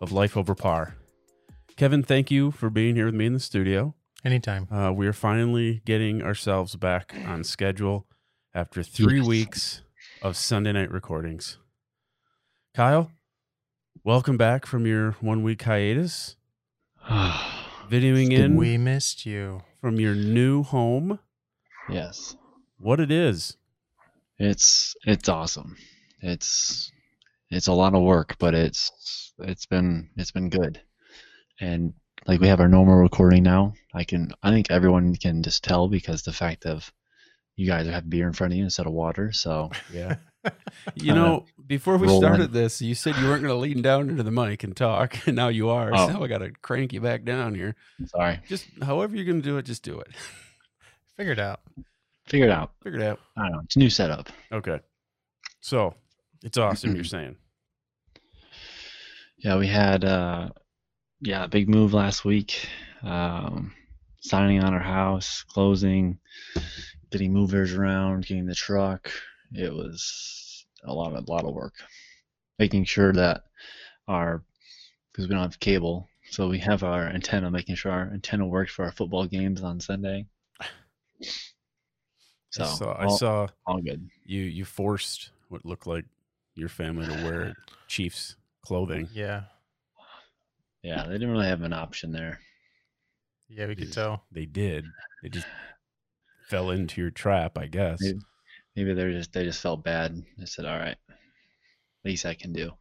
of Life Over Par. Kevin, thank you for being here with me in the studio. Anytime. Uh, we are finally getting ourselves back on schedule after three Yes. weeks of Sunday night recordings. Kyle, welcome back from your one week hiatus, videoing in We missed you. from your new home. yes, What it is? it's it's awesome. It's it's a lot of work, but it's it's been it's been good. And like we have our normal recording now. I can I think everyone can just tell because the fact of you guys have beer in front of you instead of water. So Yeah. You Uh, know, before we rolling. started this, you said you weren't going to lean down into the mic and talk, and now you are. Oh. So I got to crank you back down here. sorry, Just however you're going to do it, just do it. Figured out. figure it out. Figure it out. I don't know. It's a new setup. Okay. So it's awesome. you're saying Yeah, we had uh yeah, a big move last week. Um signing on our house, closing, getting movers around, getting the truck. It was a lot of a lot of work. Making sure that our because we don't have cable, so we have our antenna, making sure our antenna works for our football games on Sunday. So I saw, I all, saw all good. you. You forced what looked like your family to wear Chiefs clothing. Yeah. Yeah, they didn't really have an option there. Yeah, we could Yeah. tell. They did. They just fell into your trap, I guess. Yeah. Maybe they're just they just felt bad. They said, "All right, least I can do."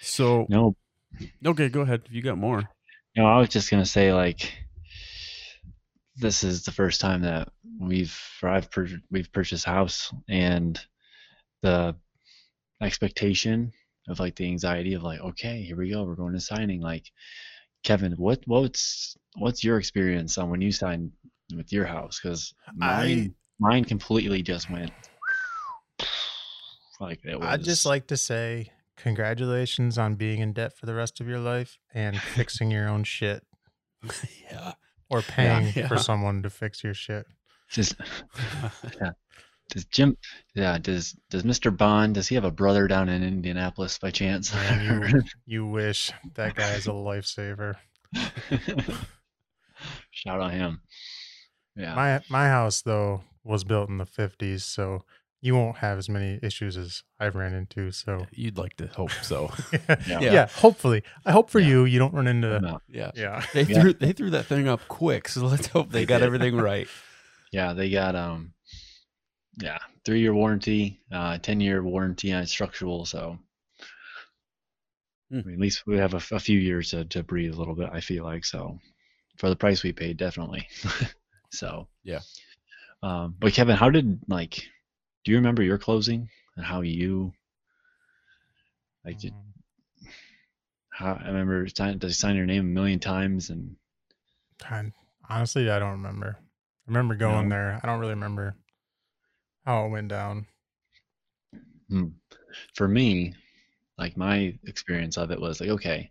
So No, okay, go ahead. If you got more, no, I was just gonna say like, this is the first time that we've or I've pur- we've purchased a house, and the expectation of like the anxiety of like, okay, here we go, we're going to signing. Like, Kevin, what what's what's your experience on when you signed with your house? Because mine mine completely just went like it was. I'd just like to say congratulations on being in debt for the rest of your life and fixing your own shit yeah. or paying yeah. for someone to fix your shit. Does, yeah. does Jim? Yeah. Does Does Mr. Bond? Does he have a brother down in Indianapolis by chance? Man, you, you wish that guy is a lifesaver. Shout out him. Yeah. My my house though was built in the 50s, so you won't have as many issues as I've ran into. So You'd like to hope so. yeah, Yeah. hopefully. I hope for Yeah. you you don't run into No. Yeah. yeah. They Yeah. threw they threw that thing up quick, so let's hope they They got did. everything right. yeah. They got um. Yeah, three-year warranty, uh, ten-year warranty on structural. So, Hmm. I mean, at least we have a, f- a few years to, to breathe a little bit. I feel like so, for the price we paid, definitely. so Yeah. Um, but Kevin, how did like? Do you remember your closing and how you like? did- Mm. How I remember sign, does sign your name a million times and I, honestly, I don't remember. I remember going No? there. I don't really remember how it went down. Hmm. For me, like my experience of it was like, okay,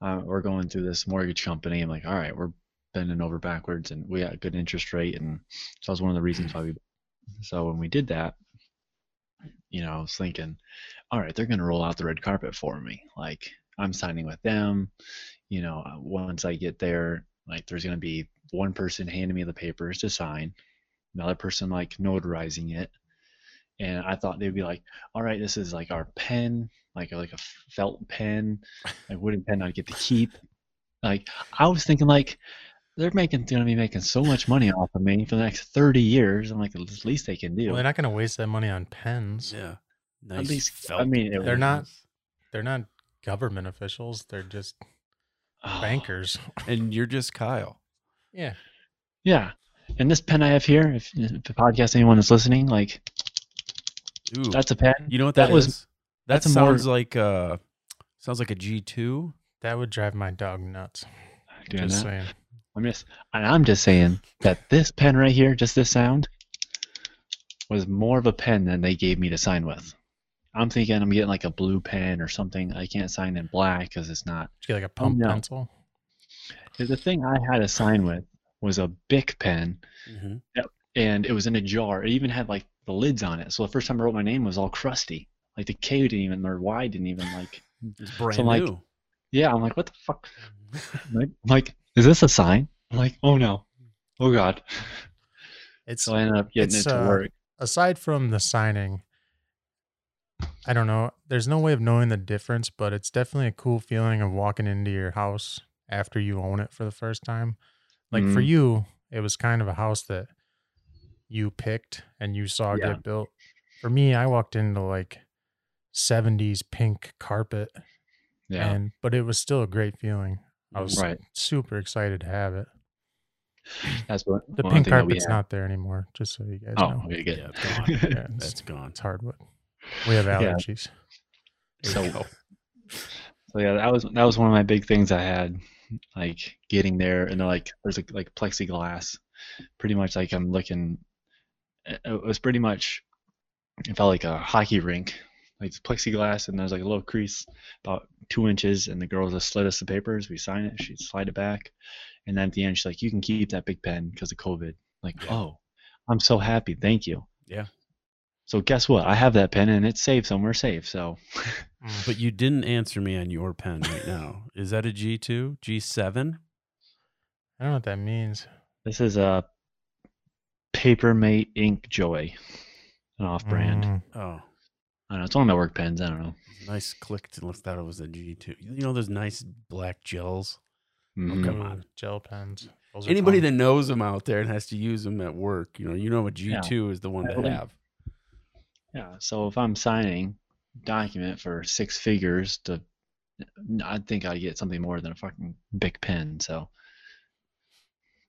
uh, we're going through this mortgage company. I'm like, all right, we're bending over backwards and we got a good interest rate. And so that was one of the reasons why we, so when we did that, you know, I was thinking, all right, they're going to roll out the red carpet for me. Like, I'm signing with them. You know, uh, once I get there, like, there's going to be one person handing me the papers to sign, another person like notarizing it. And I thought they'd be like, all right, this is like our pen, like like a felt pen, like wooden pen I get to keep. Like I was thinking, like they're making they're gonna be making so much money off of me for the next thirty years. I'm like, at least they can do. Well, they're not going to waste that money on pens. Yeah. Nice least- I felt mean, it They're not- They're not government officials. They're just Oh, bankers. and you're just Kyle. Yeah. Yeah, and this pen I have here, if, if the podcast anyone is listening, like Ooh. that's a pen. you know what that that was- is? That that's a sounds like uh sounds like a G two That would drive my dog nuts. Doing just that. saying. I'm just, and I'm just saying that this pen right here, just this sound, was more of a pen than they gave me to sign with. I'm thinking I'm getting like a blue pen or something. I can't sign in black because it's not. Did you get like a pump no. pencil? The thing I had to sign with was a Bic pen, Mm-hmm. and it was in a jar. It even had like the lids on it. So the first time I wrote my name was all crusty. Like the K didn't even, or Y didn't even like. It's brand So, like, new. Yeah, I'm like, what the fuck? Mm. I'm like, I'm like, is this a sign? I'm like, oh no, oh god. It's So I ended up getting It's, it to uh, work. aside from the signing, I don't know. There's no way of knowing the difference, but it's definitely a cool feeling of walking into your house after you own it for the first time. Like for Mhm. you, it was kind of a house that you picked and you saw Yeah. get built. For me, I walked into like 70s pink carpet Yeah. and but it was still a great feeling. I was right. super excited to have it. That's what The one pink thing that we carpet's had. not there anymore, just so you guys Oh, know. we Yeah, get it's gone. Yeah, it's, That's gone. it's hardwood. We have Yeah. allergies. So, go. so yeah, that was that was one of my big things I had, like getting there, and they're like, there's a, like plexiglass, pretty much like I'm looking. It it was pretty much, it felt like a hockey rink, like it's plexiglass, and there's like a little crease, about two inches, and the girls just slid us the papers. We sign it, she'd slide it back, and then at the end she's like, you can keep that big pen because of COVID. Like, oh, I'm so happy, thank you. Yeah. So guess what? I have that pen and it's safe somewhere safe. So Mm. But you didn't answer me on your pen right now. Is that a G2? G7? I don't know what that means. This is a Papermate Ink Joy, an off-brand. Mm, Oh, I don't know. It's one of my work pens. I don't know. nice click to lift that. It was a G2. You know those nice black gels? Mhm. come ooh, on. gel pens. Those are Anybody fun. that knows them out there and has to use them at work, you know, you know a G2 is the one to Totally. have. Yeah. So if I'm signing document for six figures, to I think I get something more than a fucking big pen. So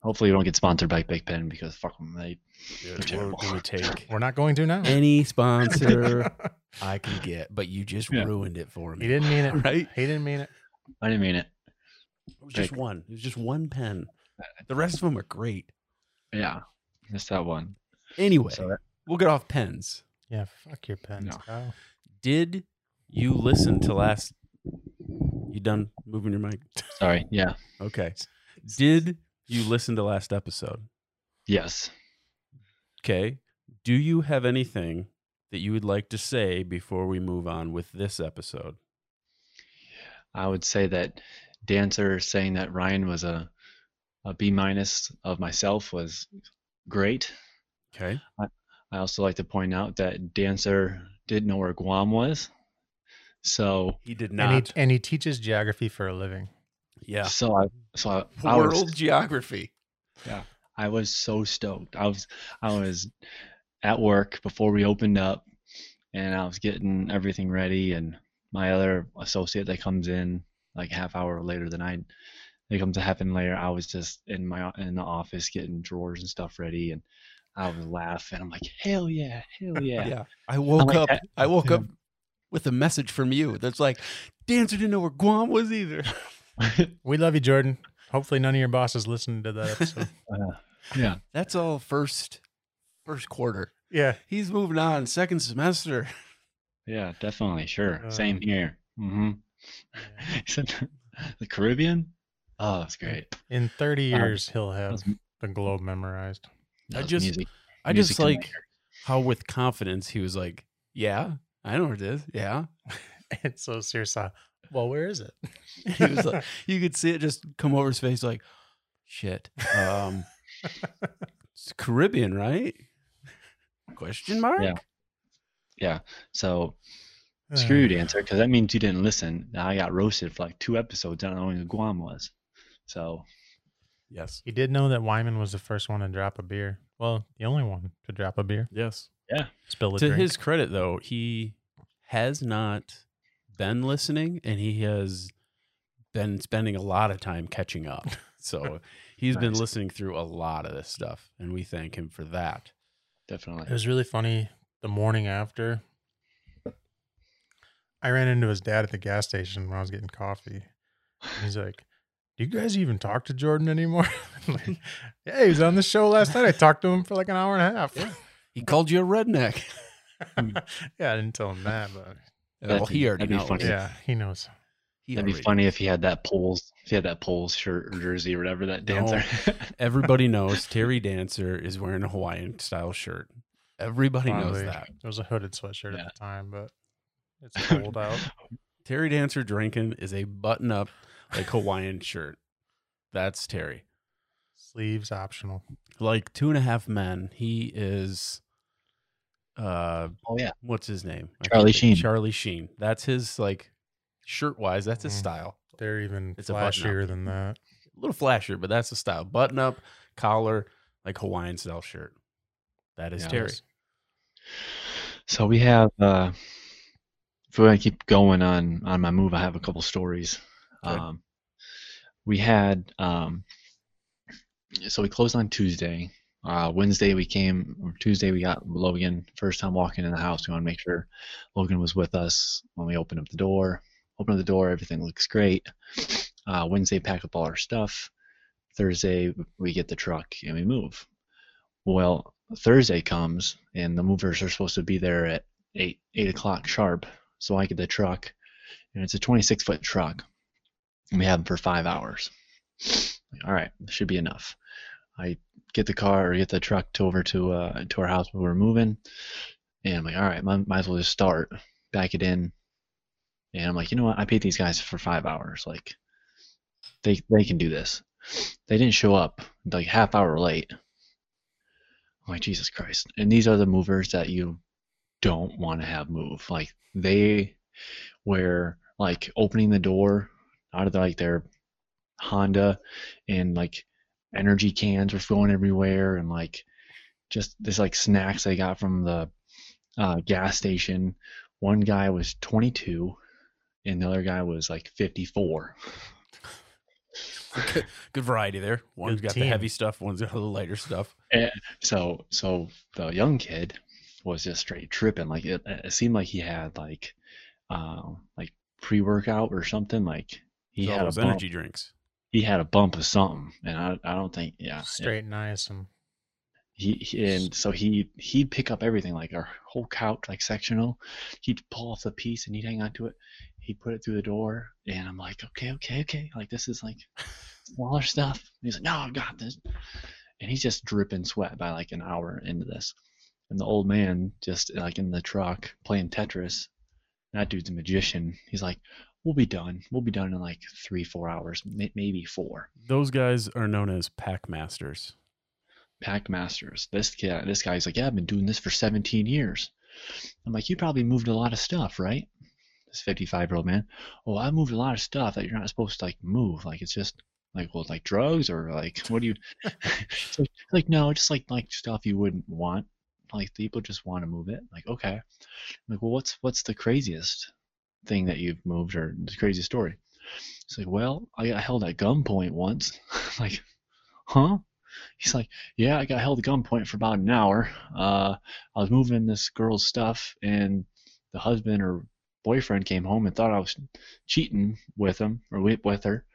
hopefully we don't get sponsored by Big Pen because fuck them. They Dude, They're what terrible. do we take? we're not going to now. Any he sponsor didn't I can get, but you just Yeah. ruined it for me. mean it. Right? He didn't mean it. I didn't mean it. It was just Like- one. It was just one pen. Uh, The rest of them are great. Yeah. Missed that one. Anyway, So that- we'll get off pens. Yeah, fuck your pens. No. Kyle. Did you listen to last? You done moving your mic? Sorry. Yeah. Okay. Did you listen to last episode? Yes. Okay. Do you have anything that you would like to say before we move on with this episode? I would say that dancer saying that Ryan was a a B minus of myself was great. Okay. I also like to point out that dancer didn't know where Guam was, so He did And not. he, and he teaches geography for a living. yeah. so I so I, I World was geography. I was so stoked. I was I was at work before we opened up, and I was getting everything ready. And my other associate that comes in like half hour later than I, they come to half an later. I was just in my in the office getting drawers and stuff ready, and I was laughing. I'm like, hell yeah, hell yeah. I woke like up. that. I woke Yeah. up with a message from you that's like, Dancer didn't know where Guam was either. We love you, Jordan. Hopefully, none of your bosses listened to that episode. Uh, That's all first first quarter. yeah, He's moving on second semester. yeah, definitely, Uh, sure. Um, Same here. Mm-hmm. the Caribbean. Oh, that's great. in 30 Um, years, he'll That have was, the globe memorized. that I was just- music. I just Music and like how with confidence he was like, "Yeah, I know where it is. Yeah." It's so serious. uh, Well, where is it? He was like, you could see it just come over his face, like, "Shit, um, it's Caribbean, right?" Question mark. Yeah. So Uh, Screw you, dancer, because that means you didn't listen. Now I got roasted for like two episodes, not knowing who Guam was. So Yes. He did know that Wyman was the first one to drop a beer. Well, the only one to drop a beer. Yes. Spill a to drink. his credit though he has not been listening and he has been spending a lot of time catching up so he's been Nice. listening through a lot of this stuff and we thank him for that It definitely, was really funny the morning after. I ran into his dad at the gas station when I was getting coffee. He's like, Do you guys even talk to Jordan anymore? I'm like, yeah, he was on the show last night. I talked to him for like an hour and a half. Yeah. He called you a redneck. yeah, I didn't tell him that, but well, be- he already that'd be knows. funny. yeah, he knows. He That'd be already- funny if he had that poles, if he had that poles shirt or jersey or whatever that No. dancer. Everybody knows Terry Dancer is wearing a Hawaiian style shirt. Everybody knows Probably. that. It was a hooded sweatshirt Yeah. at the time, but it's cold out. Terry Dancer drinking is a button up like Hawaiian shirt. That's Terry. Sleeves optional. Like two and a half men. He is uh oh yeah, what's his name? I can't Charlie think- Sheen. Charlie Sheen. That's his like shirt wise, that's his Mhm. style. They're even It's a button-up. flashier than that. A little flashier, but that's the style. Button up, collar, like Hawaiian style shirt. That is Yeah, Terry. that's- So we have, uh, if we want to keep going on on my move, I have a couple stories. Good. Um, we had, um, so we closed on Tuesday. Uh, Wednesday we came, or Tuesday we got Logan. First time walking in the house, we want to make sure Logan was with us when we opened up the door. Open up the door, everything looks great. Uh, Wednesday pack up all our stuff. Thursday we get the truck and we move. Well, Thursday comes and the movers are supposed to be there at eight eight o'clock sharp. So I get the truck, and it's a 26 foot truck. And we have them for five hours. All right, this should be enough. I get the car or get the truck to over to uh, to our house where we're moving, and I'm like, all right, might, might as well just start, back it in, and I'm like, you know what? I paid these guys for five hours. Like, they they can do this. They didn't show up like half hour late. I'm like, Jesus Christ. And these are the movers that you don't want to have move. Like they were like opening the door out of like their Honda and like energy cans were flowing everywhere and like just this like snacks they got from the uh, gas station. One guy was 22 and the other guy was like 54. good, good variety there. One's Good got the team. heavy stuff, one's got the lighter stuff. so so the young kid was just straight tripping like it, it seemed like he had like um like pre-workout or something like he So had a those bump, energy drinks. he had a bump of something and i, I don't think yeah Straight niacin. he, he and so he he'd pick up everything like our whole couch like sectional he'd pull off the piece and he'd hang on to it he'd put it through the door and i'm like okay okay okay like this is like smaller stuff and he's like no i got this and he's just dripping sweat by like an hour into this and the old man just like in the truck playing tetris that dude's a magician he's like we'll be done we'll be done in like three four hours may- maybe four Those guys are known as pack masters. Pack Masters. This guy, this guy's like, yeah, I've been doing this for 17 years. I'm like, you probably moved a lot of stuff, right? This 55 year old man. Oh, I moved a lot of stuff that you're not supposed to like move. Like it's just like, well, like drugs or like, what do you? It's like, like, no, just like like stuff you wouldn't want. Like people just want to move it. Like okay. I'm like, well, what's what's the craziest thing that you've moved or the craziest story? It's like, well, I got held at gunpoint once. like, huh? He's like, yeah, I got held at gunpoint for about an hour. Uh, I was moving this girl's stuff, and the husband or boyfriend came home and thought I was cheating with him or with with her.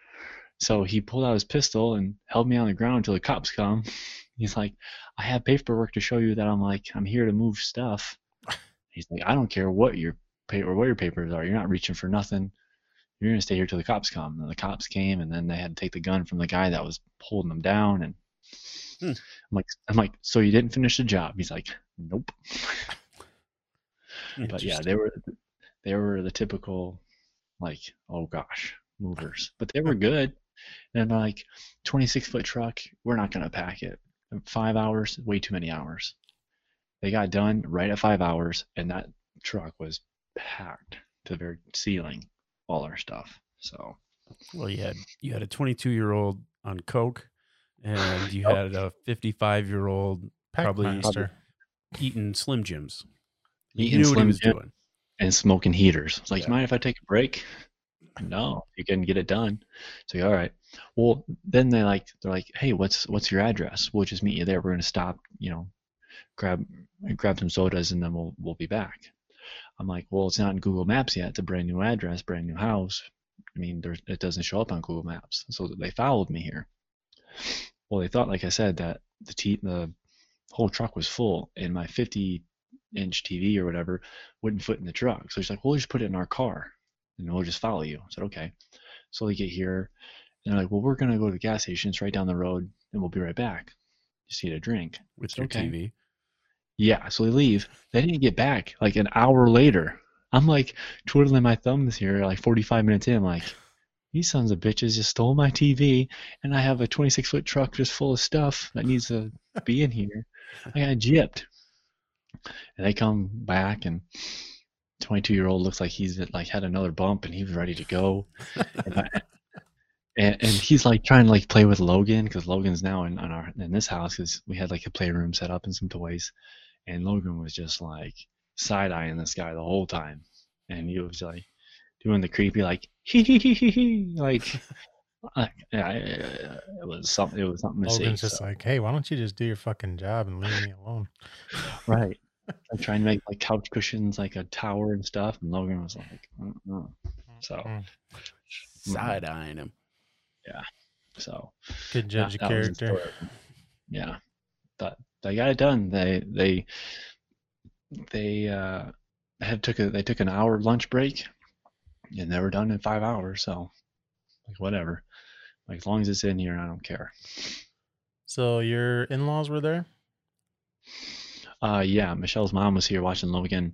So he pulled out his pistol and held me on the ground until the cops come. He's like, I have paperwork to show you that I'm like I'm here to move stuff. He's like, I don't care what your paper what your papers are. You're not reaching for nothing. You're gonna stay here till the cops come. And the cops came, and then they had to take the gun from the guy that was holding them down. And Hmm. I'm like, I'm like, so you didn't finish the job? He's like, nope. But yeah, they were they were the typical like oh gosh movers, but they were good. And I'm like 26 foot truck, we're not gonna pack it. Five hours, way too many hours. They got done right at five hours, and that truck was packed to the very ceiling, all our stuff. So Well, you had you had a 22 year old on coke, and you Yep. had a 55 year old Pack Probably- master. eating Slim Jims. He eating knew what Slim he was Jim doing. and smoking heaters. It's like, Yeah. mind if I take a break? No, you can get it done. So you're all right. Well, then they like they're like, hey, what's what's your address? We'll just meet you there. We're gonna stop, you know, grab grab some sodas and then we'll we'll be back. I'm like, well, it's not in Google Maps yet. It's a brand new address, brand new house. I mean, there, it doesn't show up on Google Maps. So they followed me here. Well, they thought, like I said, that the t- the whole truck was full, and my 50 inch TV or whatever wouldn't fit in the truck. So she's like, "Well, we'll just put it in our car, and we'll just follow you." I said, "Okay." So they get here, and they're like, "Well, we're gonna go to the gas station. It's right down the road, and we'll be right back. Just need a drink." with It's your okay. TV. Yeah, so they leave. They didn't get back like an hour later. I'm like twiddling my thumbs here, like 45 minutes in, like, these sons of bitches just stole my TV, and I have a 26 foot truck just full of stuff that needs to be in here. I got gypped. And they come back, and 22 year old looks like he's like had another bump, and he was ready to go. and, I- and, and he's like trying to like play with Logan because Logan's now in, in our in this house because we had like a playroom set up and some toys and Logan was just like side eyeing this guy the whole time, and he was like doing the creepy like hee hee hee hee hee like. I, I, I- it was something. It was something to Logan's see. just so- like, hey, why don't you just do your fucking job and leave me alone? right. I'm trying to make like couch cushions like a tower and stuff, and Logan was like, Mm-mm. so Mm. Mm-hmm. Side eyeing him. so. Good Yeah, Mm-hmm. judge of that was his character. story. Yeah, but they got it done. They they they uh, had took a they took an hour lunch break, and they were done in five hours. So like whatever, like as long as it's in here, I don't care. So your in-laws were there? Uh, yeah, Michelle's mom was here watching Logan,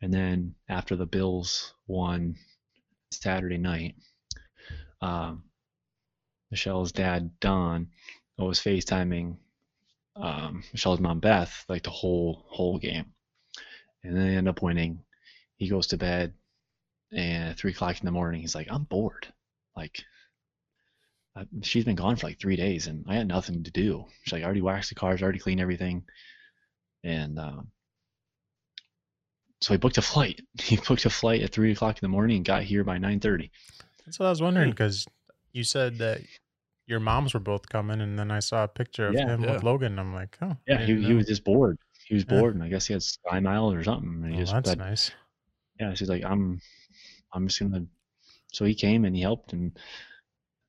and then after the Bills won Saturday night, um, Michelle's dad Don was FaceTiming um, Michelle's mom Beth like the whole whole game, and then they end up winning. He goes to bed, and at three o'clock in the morning, he's like, "I'm bored. Like, I, she's been gone for like three days, and I got nothing to do. She's like, I already waxed the cars, I already cleaned everything." and um, so he booked a flight. He booked a flight at three o'clock in the morning and got here by nine thirty. That's what I was wondering Mm. because you said that your moms were both coming, and then I saw a picture of Yeah, him yeah. with Logan. and I'm like, oh, I Yeah, he, didn't he know." was just bored. He was Yeah. bored, and I guess he had sky miles or something. And he Well, just that's but- nice. yeah, she's like, I'm, I'm just gonna. So he came and he helped and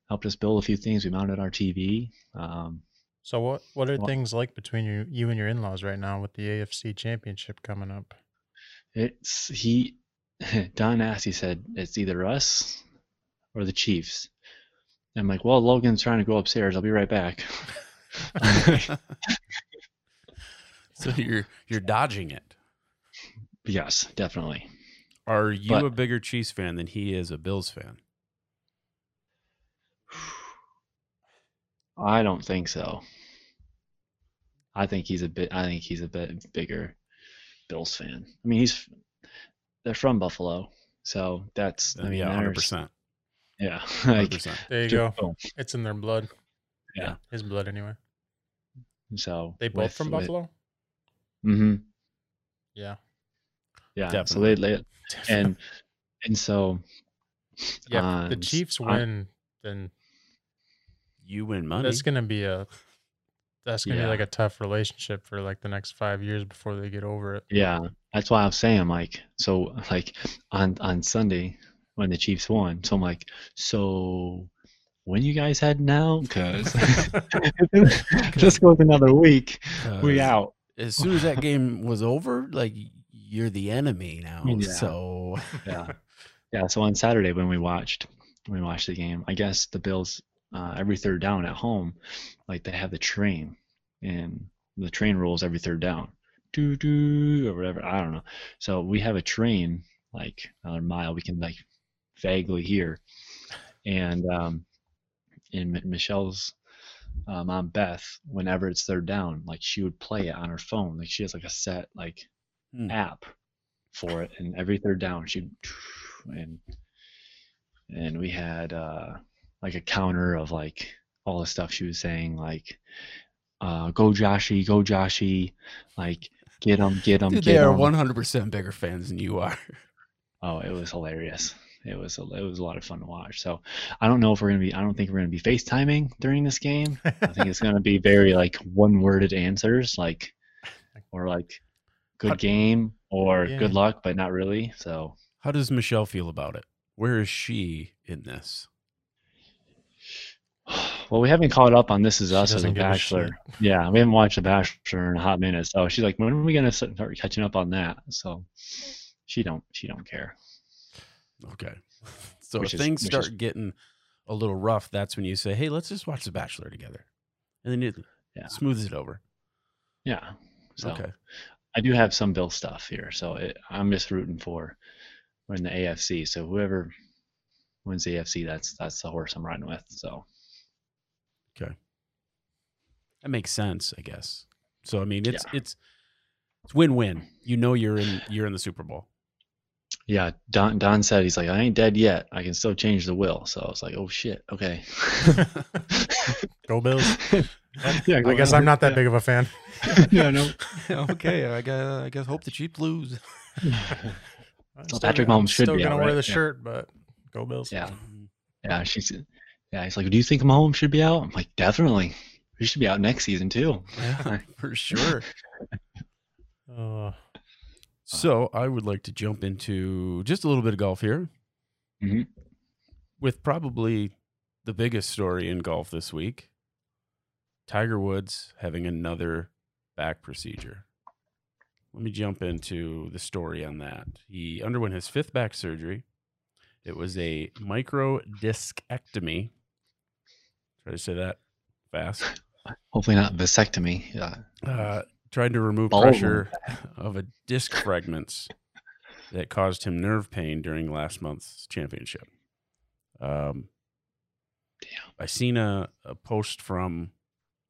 helped us build a few things. We mounted our TV. Um, So what what are Well- things like between you you and your in-laws right now with the AFC Championship coming up? It's he, Don asked. He said it's either us or the Chiefs. I'm like, well, Logan's trying to go upstairs. I'll be right back. So you're you're dodging it. yes, definitely. Are you But- a bigger Chiefs fan than he is a Bills fan? I don't think so. I think he's a bit. I think he's a bit bigger Bills fan. I mean, he's they're from Buffalo, so that's. I Uh, mean, yeah, hundred there's- percent, Yeah, hundred like, percent. There you just go. boom. It's in their blood. Yeah. his blood anyway. So They both from Buffalo. hmm Yeah, Yeah, so they, they and and so yeah. if the Um, Chiefs I- win, then You win money. that's gonna be a that's gonna Yeah. be like a tough relationship for like the next five years before they get over it. Yeah, that's why I'm saying like so like on on Sunday when the Chiefs won. So I'm like, so when you guys heading out? Because this goes another week. We 'Cause out. As soon as that game was over, like you're the enemy now. Yeah. So Yeah, yeah. So on Saturday when we watched when we watched the game, I guess the Bills uh, every third down at home, like they have the train and the train rolls every third down, doo doo or whatever. I don't know. So we have a train like another mile we can like vaguely hear, and um, in M- Michelle's. uh mom Beth, whenever it's third down, like she would play it on her phone. Like she has like a set like Hmm. app for it, and every third down she and and we had uh, like a counter of like all the stuff she was saying, like uh, "Go Joshy, go Joshy," like "Get 'em, get 'em, Dude, get they are 'em." one hundred percent bigger fans than you are. Oh, it was hilarious. It was a, it was a lot of fun to watch. So I don't know if we're gonna be. I don't think we're gonna be FaceTiming during this game. I think it's gonna be very like one-worded answers, like or like good game or Yeah. good luck, but not really. So How does Michelle feel about it? Where is she in this? Well, we haven't caught up on This Is She Us as a doesn't give a Bachelor. yeah, we haven't watched The Bachelor in a hot minute. So she's like, when are we gonna start catching up on that? So she don't she don't care. Okay. So Which if is- things which is- start getting a little rough, that's when you say, "Hey, let's just watch The Bachelor together," and then it Yeah. smooths it over. Yeah. So Okay. I do have some Bill stuff here. So it, I'm just rooting for we're in the AFC. So whoever wins the AFC, that's that's the horse I'm riding with. So That makes sense, I guess. So I mean, it's Yeah. it's it's win-win. You know, you're in you're in the Super Bowl. yeah, Don Don said he's like, I ain't dead yet. I can still change the will. So I was like, oh shit, okay. Go Bills. yeah, I guess I'm not that big of a fan. yeah, no. okay, I guess I guess hope the Chiefs lose. I'm So still Patrick gonna- I'm Mahomes should still be gonna out, wear right? the Yeah. shirt, but go Bills. Yeah. Yeah, she's yeah, he's like, Do you think Mahomes should be out? I'm like, definitely. He should be out next season too. Yeah, for sure. Uh, So I would like to jump into just a little bit of golf here, Mhm. with probably the biggest story in golf this week: Tiger Woods having another back procedure. Let me jump into the story on that. He underwent his fifth back surgery. It was a microdiscectomy. Try to say that fast Hopefully not vasectomy. Yeah. uh, tried to remove All of pressure of a disc fragments that caused him nerve pain during last month's championship. Um, Damn. I seen a, a post from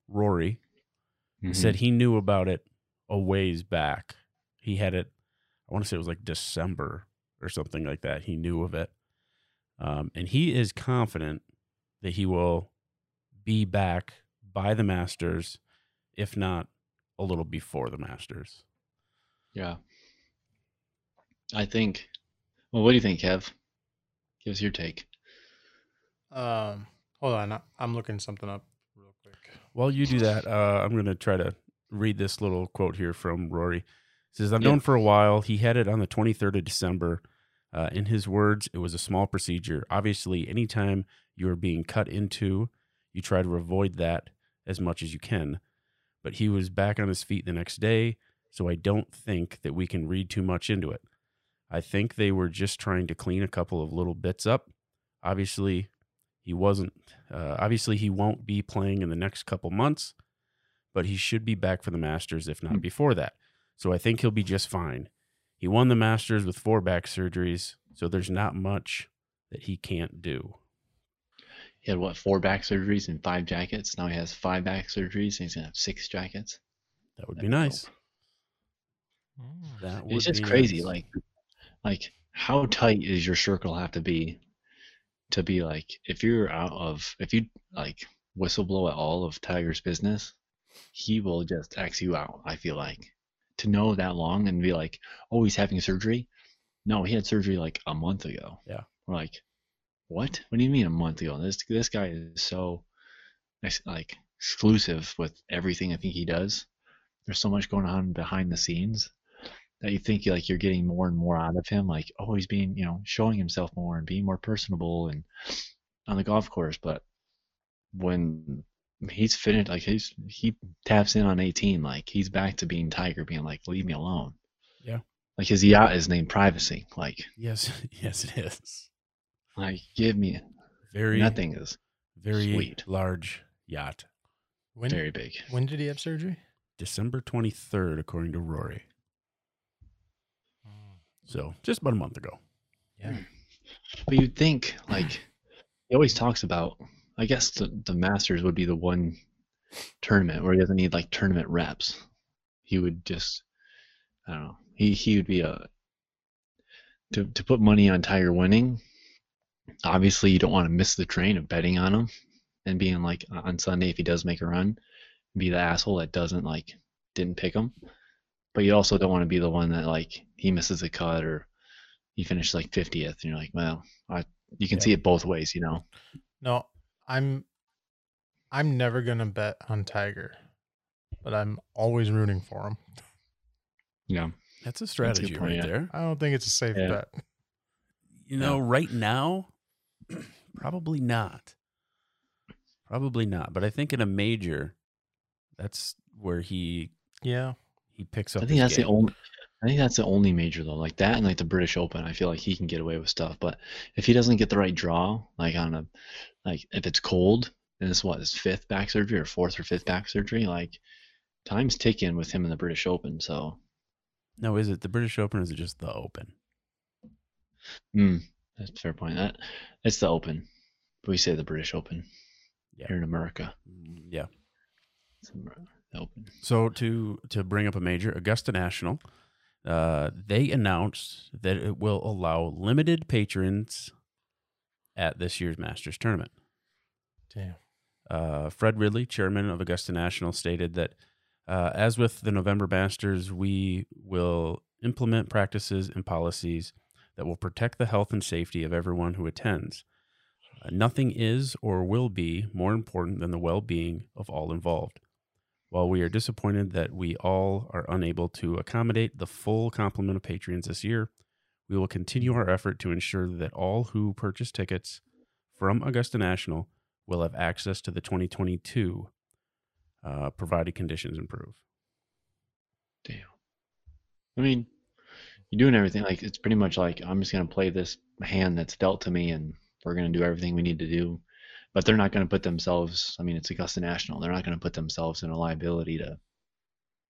Rory Mhm. that said he knew about it a ways back. He had it, I want to say it was like December or something like that. He knew of it. Um, and he is confident that he will be back by the Masters, if not a little before the Masters. Yeah. I think well, what do you think, Kev? Give us your take. um, hold on, I- I'm looking something up real quick. While you do that, uh, I'm going to try to read this little quote here from Rory. It says, I've Yeah. known for a while. He had it on the 23rd of December. Uh, in his words, it was a small procedure. Obviously, anytime you are being cut into, you try to avoid that as much as you can. But he was back on his feet the next day, so I don't think that we can read too much into it. I think they were just trying to clean a couple of little bits up. Obviously, he wasn't. Uh, obviously, he won't be playing in the next couple months, but he should be back for the Masters, if Hmm. not before that. So I think he'll be just fine. He won the Masters with four back surgeries, so there's not much that he can't do. He had what, four back surgeries and five jackets? Now he has five back surgeries and he's gonna have six jackets. That would That'd be be nice. Mm. That would It's just be crazy. nice. Like, like how tight is your circle have to be to be like if you're out of if you like whistleblow at all of Tiger's business, he will just X you out. I feel like to know that long and be like, oh, he's having surgery. No, he had surgery like a month ago. Yeah. We're like, what? What do you mean a month ago? This this guy is so ex- like exclusive with everything I think he does. There's so much going on behind the scenes that you think like you're getting more and more out of him like oh he's being you know showing himself more and being more personable and on the golf course but when he's finished like he's he taps in on 18 like he's back to being tiger being like leave me alone Yeah. like his yacht is named privacy like yes, yes, it is like give me very nothing is very sweet. large yacht. When very big when did he have surgery? December 23rd, according to Rory. Mm. So just about a month ago. But you'd think like he always talks about. I guess the, the Masters would be the one tournament where he doesn't need like tournament reps. He would just, I don't know. He he would be a to to put money on Tiger winning. Obviously, you don't want to miss the train of betting on him and being like on Sunday if he does make a run, be the asshole that doesn't like didn't pick him. But you also don't want to be the one that like he misses a cut or he finished like 50th and you're like well I, you can Yeah. see it both ways you know No, I'm I'm never gonna bet on Tiger, but I'm always rooting for him. yeah That's a good strategy point, right yeah. there. I don't think it's a safe Yeah. bet. you know, right now, probably not. Probably not. But I think in a major, that's where he Yeah. he picks up. I think his that's the game. only. I think that's the only major though, like that and like the British Open. I feel like he can get away with stuff, but if he doesn't get the right draw, like on a, like if it's cold and it's what his fifth back surgery or fourth or fifth back surgery, like time's ticking with him in the British Open. So No, is it the British Open or is it just the Open? mm, that's a fair point. That it's the Open, we say the British Open Yeah. here in America. Mm, Yeah. It's Amer- the Open. So to to bring up a major, Augusta National, uh, they announced that it will allow limited patrons at this year's Masters tournament. Damn. Uh, Fred Ridley, chairman of Augusta National, stated that uh, as with the November Masters, we will implement practices and policies that will protect the health and safety of everyone who attends. Uh, nothing is or will be more important than the well being of all involved. While we are disappointed that we all are unable to accommodate the full complement of patrons this year, we will continue our effort to ensure that all who purchase tickets from Augusta National will have access to the 2022 uh, provided conditions improve. Damn. I mean, you're doing everything. Like it's pretty much like I'm just gonna play this hand that's dealt to me, and we're gonna do everything we need to do. But they're not gonna put themselves. I mean, it's Augusta National. They're not gonna put themselves in a liability to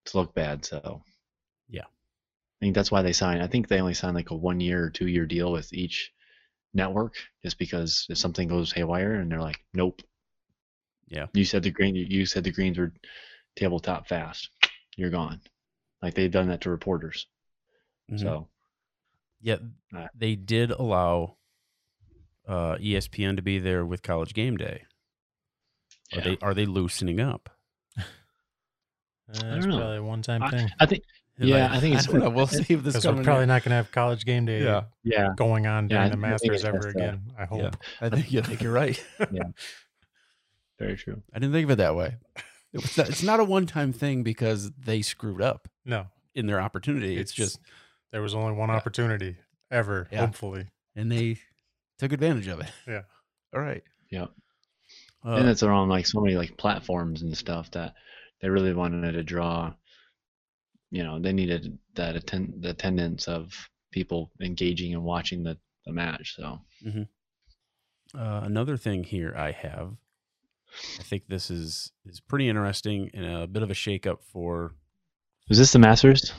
to look bad. So Yeah. I think that's why they sign. I think they only sign like a one year or two year deal with each network, just because if something goes haywire and they're like, nope. Yeah. You said the green. You said the greens were tabletop fast. You're gone. Like they've done that to reporters. So Mm-hmm. yet Right. they did allow uh, ESPN to be there with College Game Day. Are Yeah. they are they loosening up? Uh, don't that's know. probably a one time thing. I think Yeah, I think it's- don't know. We'll see if this Because we're coming. probably not going to have college game day Yeah. yeah, going on Yeah, during I the think- I think Masters it's ever just, uh, again. I hope. yeah. I think you think you're right. very true. I didn't think of it that way. It was not, it's not a one time thing because they screwed up No. in their opportunity. It's, just there was only one Yeah. opportunity ever, Yeah. hopefully. and they took advantage of it. Yeah. All right. Yeah. Uh, and it's on like so many like platforms and stuff that they really wanted to draw. You know, they needed that attend the attendance of people engaging and watching the, the match. So Uh, another thing here I have, I think this is is pretty interesting and a bit of a shakeup for. is this the Masters?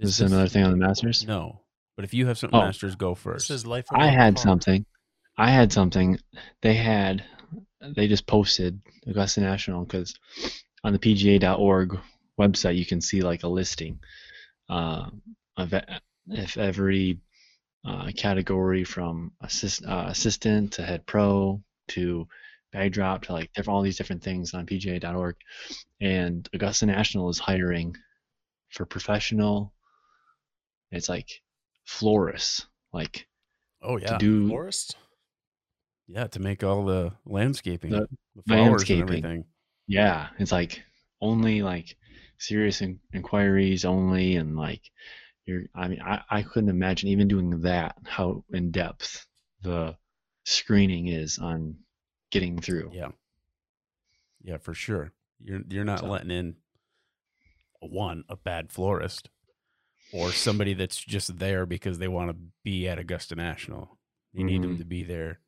is Is this another thing on the Masters? No, but if you have something, Oh. masters go first. This is life. of I Rob had Font. something. I had something. They had. They just posted Augusta National because on the PGA.org website you can see like a listing uh, of e- if every uh, category from assist, uh, assistant to head pro to bag drop to like different, all these different things on PGA.org, and Augusta National is hiring for professional. It's like florists, like oh yeah, to do Forest? yeah, to make all the landscaping, The- the, flowers landscaping. and everything. yeah it's like only like serious in- inquiries only and like you're i mean I, I couldn't imagine even doing that how in depth the screening is on getting through Yeah, yeah, for sure. You're you're not So- letting in one a bad florist or somebody that's just there because they want to be at Augusta National. You need them Mhm. to be there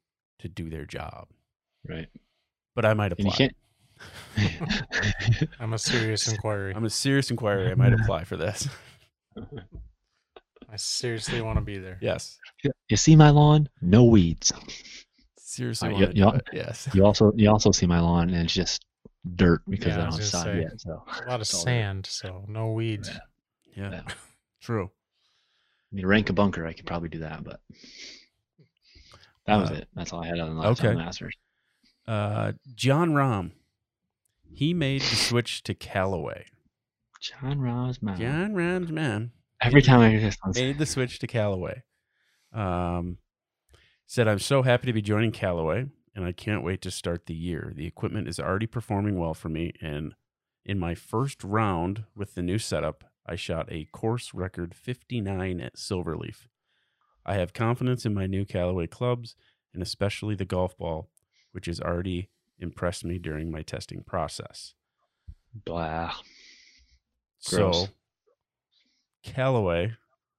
to do their job. right But I might and you apply. can't I'm a serious inquiry. I'm a serious inquiry. I might apply for this. I seriously want to be there. yes. you see my lawn no weeds Seriously. Uh, wanna yeah, do yeah. it. Yes. you also you also see my lawn and it's just dirt because Yeah, I i was don't have gonna sun say. yet so A lot of It's all there. sand, so no weeds. Yeah. Yeah. Yeah. True. I mean, rank a bunker. I could probably do that, but that was Uh, it. That's all I had on the last okay. okay. Masters. Uh, John Rahm. He made the switch to Callaway. John Rosman. John Rahm's man Every time I hear this, I'm made the switch to Callaway. Um, said, I'm so happy to be joining Callaway, and I can't wait to start the year. The equipment is already performing well for me, and in my first round with the new setup, I shot a course record 59 at Silverleaf. I have confidence in my new Callaway clubs and especially the golf ball, which has already impressed me during my testing process. Blah. So Gross. Callaway,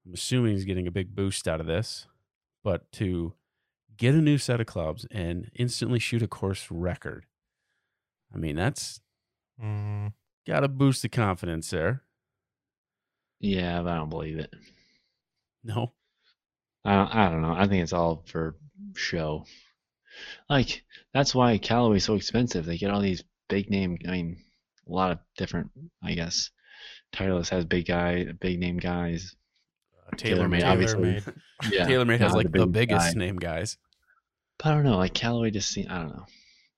I'm assuming is getting a big boost out of this, but to get a new set of clubs and instantly shoot a course record. I mean, that's Mm, got to boost the confidence there. Yeah, but I don't believe it. No. I don't, I don't know. I think it's all for show. Like that's why Callaway's so expensive. They get all these big name. I mean, a lot of different. I guess Titleist has big guy, big name guys. Uh, TaylorMade, TaylorMade, obviously. obviously. Yeah, TaylorMade has Yeah. like the Big biggest guy. name guys. But I don't know. Like Callaway just seem. I don't know.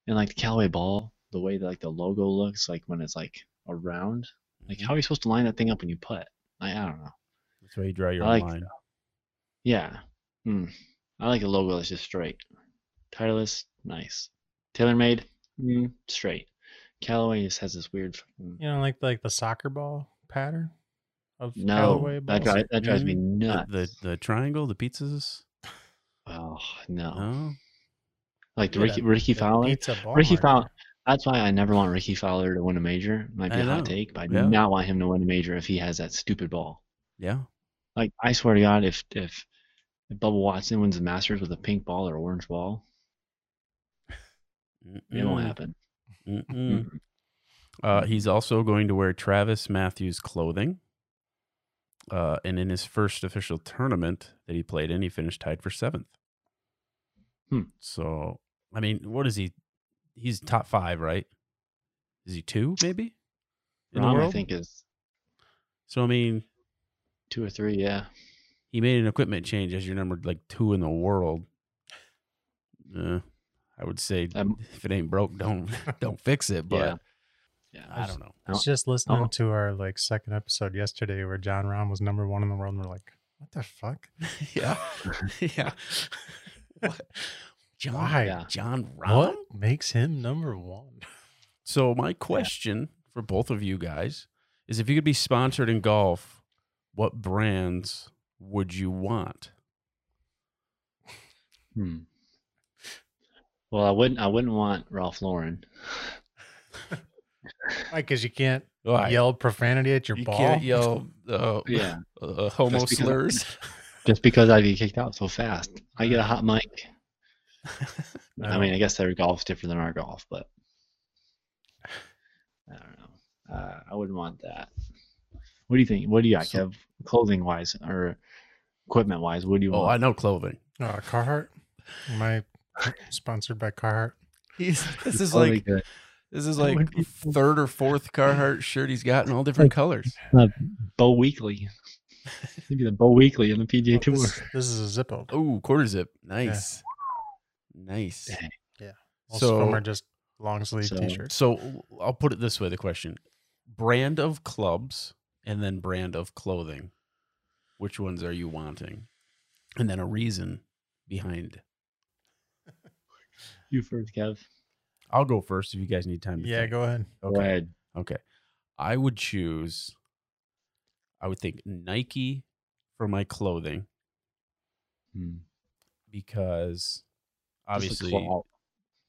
And like the Callaway ball, the way that like the logo looks, like when it's like around. Like Hmm. how are you supposed to line that thing up when you putt? Like, I don't know. That's where you draw your I like- line. Yeah. Hmm. I like a logo that's just straight. Titleist, nice. TaylorMade, Hmm. mm, straight. Callaway just has this weird. Fucking... you know, like like the soccer ball pattern of No, Callaway that, balls. Mm-hmm. dri- that drives me The, nuts. the the triangle, the pizzas. oh no! No. Like Yeah, Ricky, Ricky that Fowler. beats a ball Ricky marker. Fowler. That's why I never want Ricky Fowler to win a major. Might be I a hot know. take, but I Yeah. do not want him to win a major if he has that stupid ball. Yeah. Like I swear to God, if if, if Bubba Watson wins the Masters with a pink ball or orange ball, it won't Mm-mm. happen. Mm-mm. Mm-hmm. Uh, he's also going to wear Travis Matthews clothing. Uh, and in his first official tournament that he played in, he finished tied for seventh. Hmm. So, I mean, what is he? He's top five, right? Is he two, maybe? In the Rom, Um, I world? think is So, I mean, two or three. Yeah. he made an equipment change as your number like two in the world. Uh, I would say Um, if it ain't broke, don't don't fix it. But yeah. I don't know. I was just listening I'll- to our like second episode yesterday where John Rahm was number one in the world, and we're like, what the fuck? yeah. yeah. What? John, Why? Yeah. John Rahm? What makes him number one? So my question for both of you guys is if you could be sponsored in golf, what brands would you want? Hmm. Well, I wouldn't. I wouldn't want Ralph Lauren. Why? Because you can't All right. yell profanity at your you ball. can't yell uh, Yeah, uh, homo Just because- slurs. just because I'd get kicked out so fast. I get a hot mic. I I mean, I guess their golf's different than our golf, but I don't know. Uh, I wouldn't want that. What do you think? What do you got, So- Kev? Clothing wise or equipment wise, what do you oh, I want? know clothing. Uh, Carhartt. Am I sponsored by Carhartt? He's, this is Oh, they like got- this is That like would be- third or fourth Carhartt shirt he's got in all different colors. Bo Weekly. Maybe the Bo Weekly in the PGA Oh, Tour. this, this is a Zippo. Oh, quarter zip. Nice. Nice. Dang. Most so- of them are just long sleeve So- t-shirts. So I'll put it this way the question brand of clubs and then brand of clothing. Which ones are you wanting? And then a reason behind. You first, Kev. I'll go first if you guys need time. To Yeah, think. go ahead. Go Okay. ahead. Okay. I would choose, I would think Nike for my clothing Hmm. because Just a obviously. claw.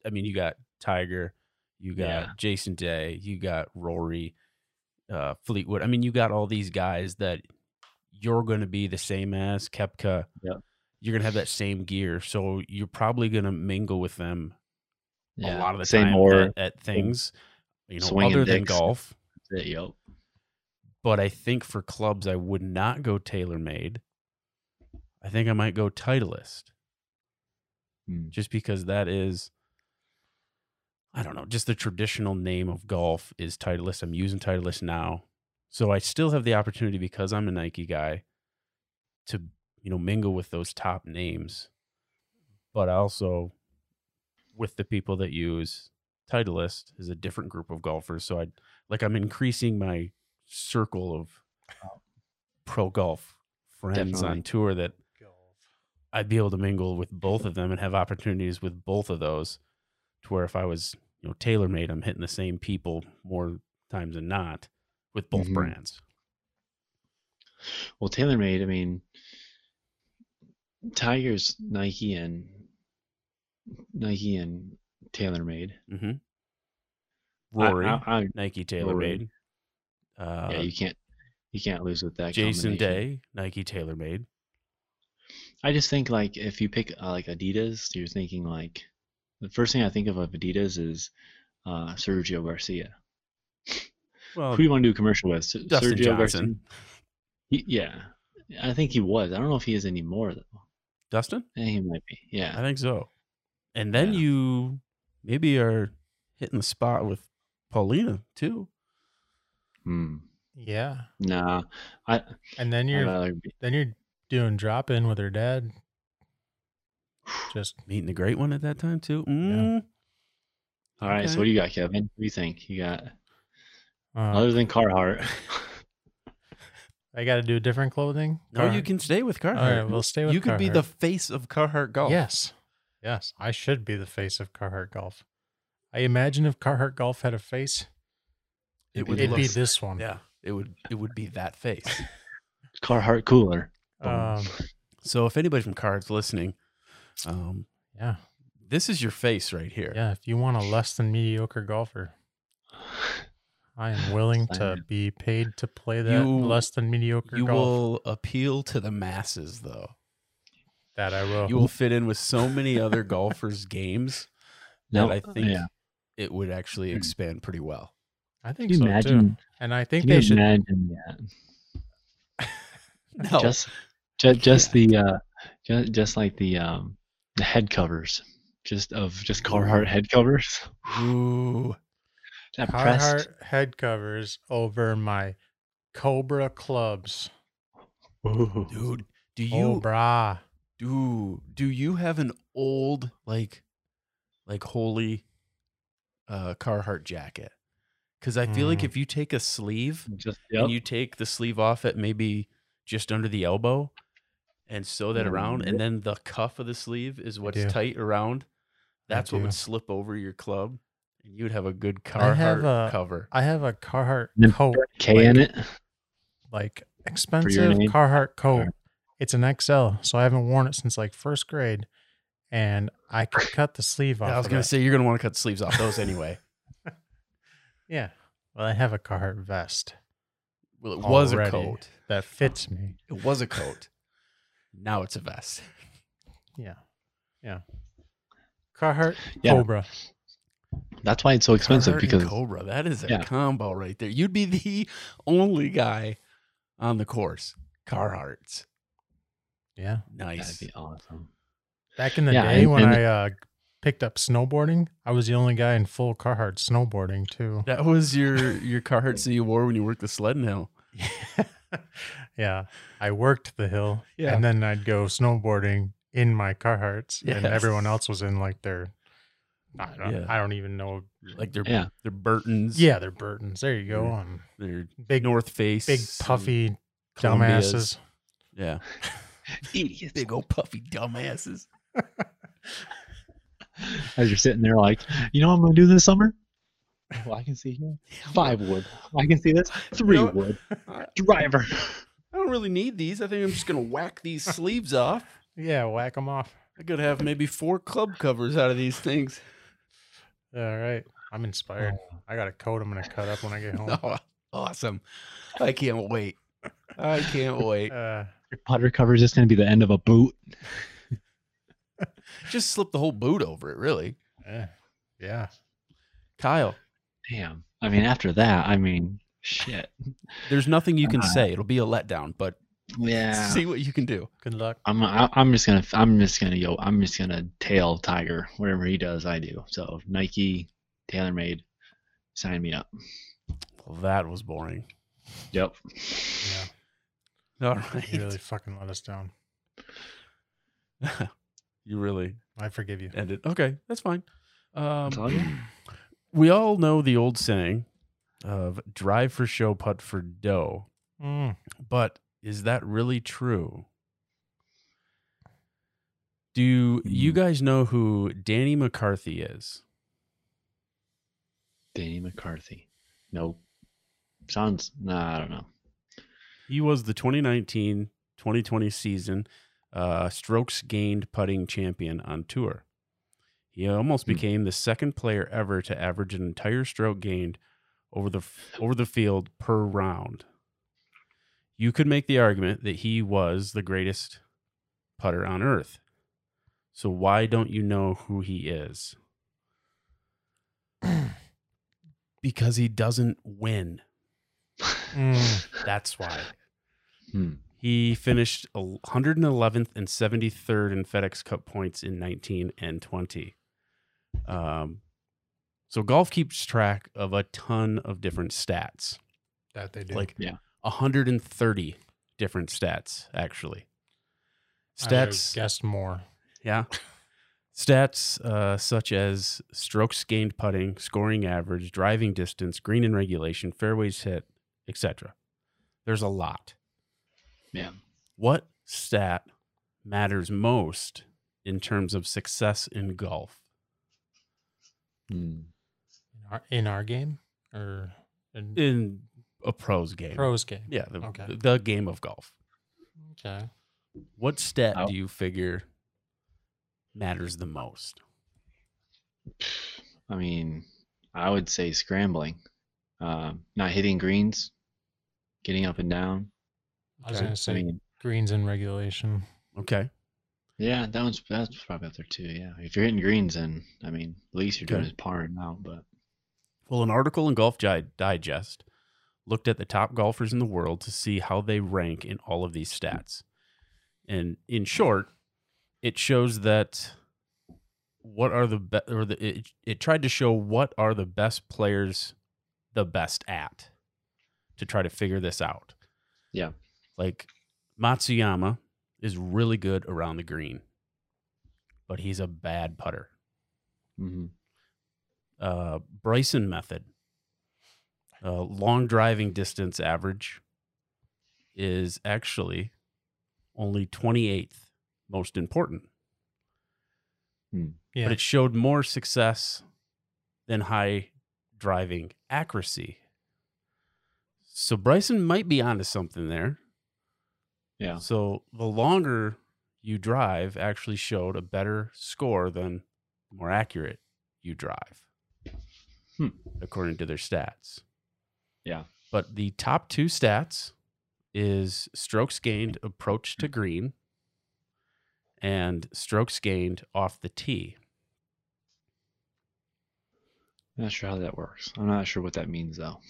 I mean, you got Tiger, you got Yeah. Jason Day, you got Rory, uh, Fleetwood. I mean, you got all these guys that you're going to be the same as Kepka. Yep. You're going to have that same gear. So you're probably going to mingle with them a Yeah, lot of the same time or at, at things, you know, swinging other than dicks. golf. Yep. But I think for clubs, I would not go TaylorMade. I think I might go Titleist. Hmm. just because that is I don't know, just the traditional name of golf is Titleist. I'm using Titleist now. So I still have the opportunity because I'm a Nike guy to, you know, mingle with those top names. But also with the people that use Titleist is a different group of golfers. So I like I'm increasing my circle of pro golf friends Definitely. on tour that I'd be able to mingle with both of them and have opportunities with both of those to where if I was, you know, tailor made, I'm hitting the same people more times than not with both Mhm. brands. Well, TaylorMade, I mean, Tiger's Nike and Nike and TaylorMade. Mm-hmm. I- Rory, Uh, I- I- Mm-hmm. Nike TaylorMade. Uh, yeah, you can't you can't lose with that. Jason combination. Day, Nike TaylorMade. I just think like if you pick uh, like Adidas, you're thinking like the first thing I think of of Adidas is uh, Sergio Garcia. Well, Oh. Who do you want to do a commercial with? S- Dustin Sergio Johnson. Garcia? He- yeah, I think he was. I don't know if he is anymore though. Dustin? Eh, He might be. I Yeah. think so. And then Yeah. you maybe are hitting the spot with Paulina too. Hmm. Yeah. Nah. I. And then I'd you're rather be, then you're doing drop in with her dad. Just Meeting the great one at that time too. Mm. all right. Okay. So what do you got, Kevin? What do you think? You got uh, other than Carhartt. I got to do different clothing. No, you Carhartt? can stay with Carhartt. All right, we'll stay with. you could be the Carhartt. face of Carhartt Golf. yes, yes. I should be the face of Carhartt Golf. I imagine if Carhartt Golf had a face, it would it'd look, be this one. Yeah, Um, it would it would be that face. Carhartt cooler. Um, so if anybody from Carhartt's listening, um, yeah, this is your face right here. yeah. If you want a less than mediocre golfer, I am willing to Sign be paid to play that You- less than mediocre You golf. will appeal to the masses, though. that I will. You will fit in with so many other golfers' games that I think Yeah. it would actually Hmm. expand pretty well. I think Can you so too. imagine? And I think Can you they should. imagine that? No, Just, just, just the, uh, just, just like the, um, the head covers, just of just Carhartt head covers. Ooh. That pressed. Carhartt head covers over my Cobra clubs. Ooh. dude, do Oh, you brah. do do you have an old like like holy uh Carhartt jacket? Because I feel like Mm. if you take a sleeve Just and yep. you take the sleeve off at maybe just under the elbow and sew that around, and then the cuff of the sleeve is what's Mm. do. tight around. That's what do. would slip over your club, and you'd have a good I have Carhartt a- cover. I have a Carhartt And then coat, put K in it. like expensive name? Carhartt coat. It's an XL, so I haven't worn it since like first grade, and I could cut the sleeve off. I was of gonna it. say you're gonna want to cut the sleeves off those anyway. yeah. Well, I have a Carhartt vest Well, it was a Already. coat. that fits me. It was a coat. now it's a vest. Yeah, yeah. Carhartt Yeah. Cobra. That's why it's so expensive Carhartt and because Cobra. That is a Yeah. combo right there. You'd be the only guy on the course. Carhartts. Yeah. Nice. that'd be awesome. Back in the Yeah, day and- when and- I uh, picked up snowboarding, I was the only guy in full Carhartt snowboarding too. That was your your Carhartts that you wore when you worked the sled hill. yeah, I worked the hill, Yeah. and then I'd go snowboarding in my Carhartts, and everyone Yes. else was in like their. I don't, Yeah. I don't even know. Like they're Yeah. they're Burtons. Yeah, they're Burtons. There you go. Yeah. Um, They're big, North Face. big and puffy Columbias. dumbasses. Yeah. Idiots. Big old puffy dumbasses. As you're sitting there, like, you know, what I'm gonna do this summer. Well, I can see here five wood. I can see this three know- wood I driver. I don't really need these. I think I'm just gonna whack these sleeves off. Yeah, whack them off. I could have maybe four club covers out of these things. All right, I'm inspired. I got a coat I'm gonna cut up when I get home. Oh, awesome. I can't wait. I can't wait. Uh, Your putter cover is just gonna be the end of a boot. Just slip the whole boot over it, really. eh, yeah, Kyle, Damn. I mean, after that, I mean, shit. there's nothing you can say. It'll be a letdown, but Yeah. see what you can do. good luck. I'm I- I'm just gonna I'm just gonna yo I'm just gonna tail Tiger whatever he does I do so Nike TaylorMade sign me up Well, that was boring. yep Yeah, All you really right. fucking let us down. you really I forgive you. ended. Okay, that's fine. That's all you? Um, we all know the old saying of drive for show, putt for dough. Mm, But is that really true? Do you Hmm. guys know who Danny McCarthy is? Danny McCarthy nope sounds nah I don't know He was the 2019 2020 season uh, strokes gained putting champion on tour. He almost Hmm. became the second player ever to average an entire stroke gained over the over the field per round. You could make the argument that he was the greatest putter on earth. So why don't you know who he is? because he doesn't win. Mm. That's why. Hmm. He finished el- 111th and 73rd in FedEx Cup points in 19 and 20. Um, so golf keeps track of a ton of different stats, That they do. like Yeah. 130 different stats, actually. I would've Stats, guessed more. yeah. Stats uh, such as strokes gained putting, scoring average, driving distance, green in regulation, fairways hit, etc. There's a lot. Yeah. What stat matters most in terms of success in golf? Hmm. In our, in our game or in In a pros game. pros game? Yeah, the, Okay. the game of golf. Okay. What stat Oh. do you figure matters the most? I mean, I would say scrambling, um, not hitting greens, getting up and down. I was Okay. gonna I say mean, greens in regulation. Okay. yeah, that one's that's probably up there too. Yeah, if you're hitting greens, then I mean, at least you're doing Okay. is parring out. But Well, an article in Golf Gi- Digest looked at the top golfers in the world to see how they rank in all of these stats. And in short, it shows that what are the be- or the, it, it tried to show what are the best players the best at to try to figure this out. Yeah. Like Matsuyama is really good around the green, but he's a bad putter mhm. uh, Bryson method. Uh, long driving distance average is actually only 28th most important, Yeah. but it showed more success than high driving accuracy. So Bryson might be onto something there. yeah, So the longer you drive actually showed a better score than the more accurate you drive, Hmm. according to their stats. Yeah. But the top two stats is strokes gained approach to green and strokes gained off the tee. not sure how that works. I'm not sure what that means though.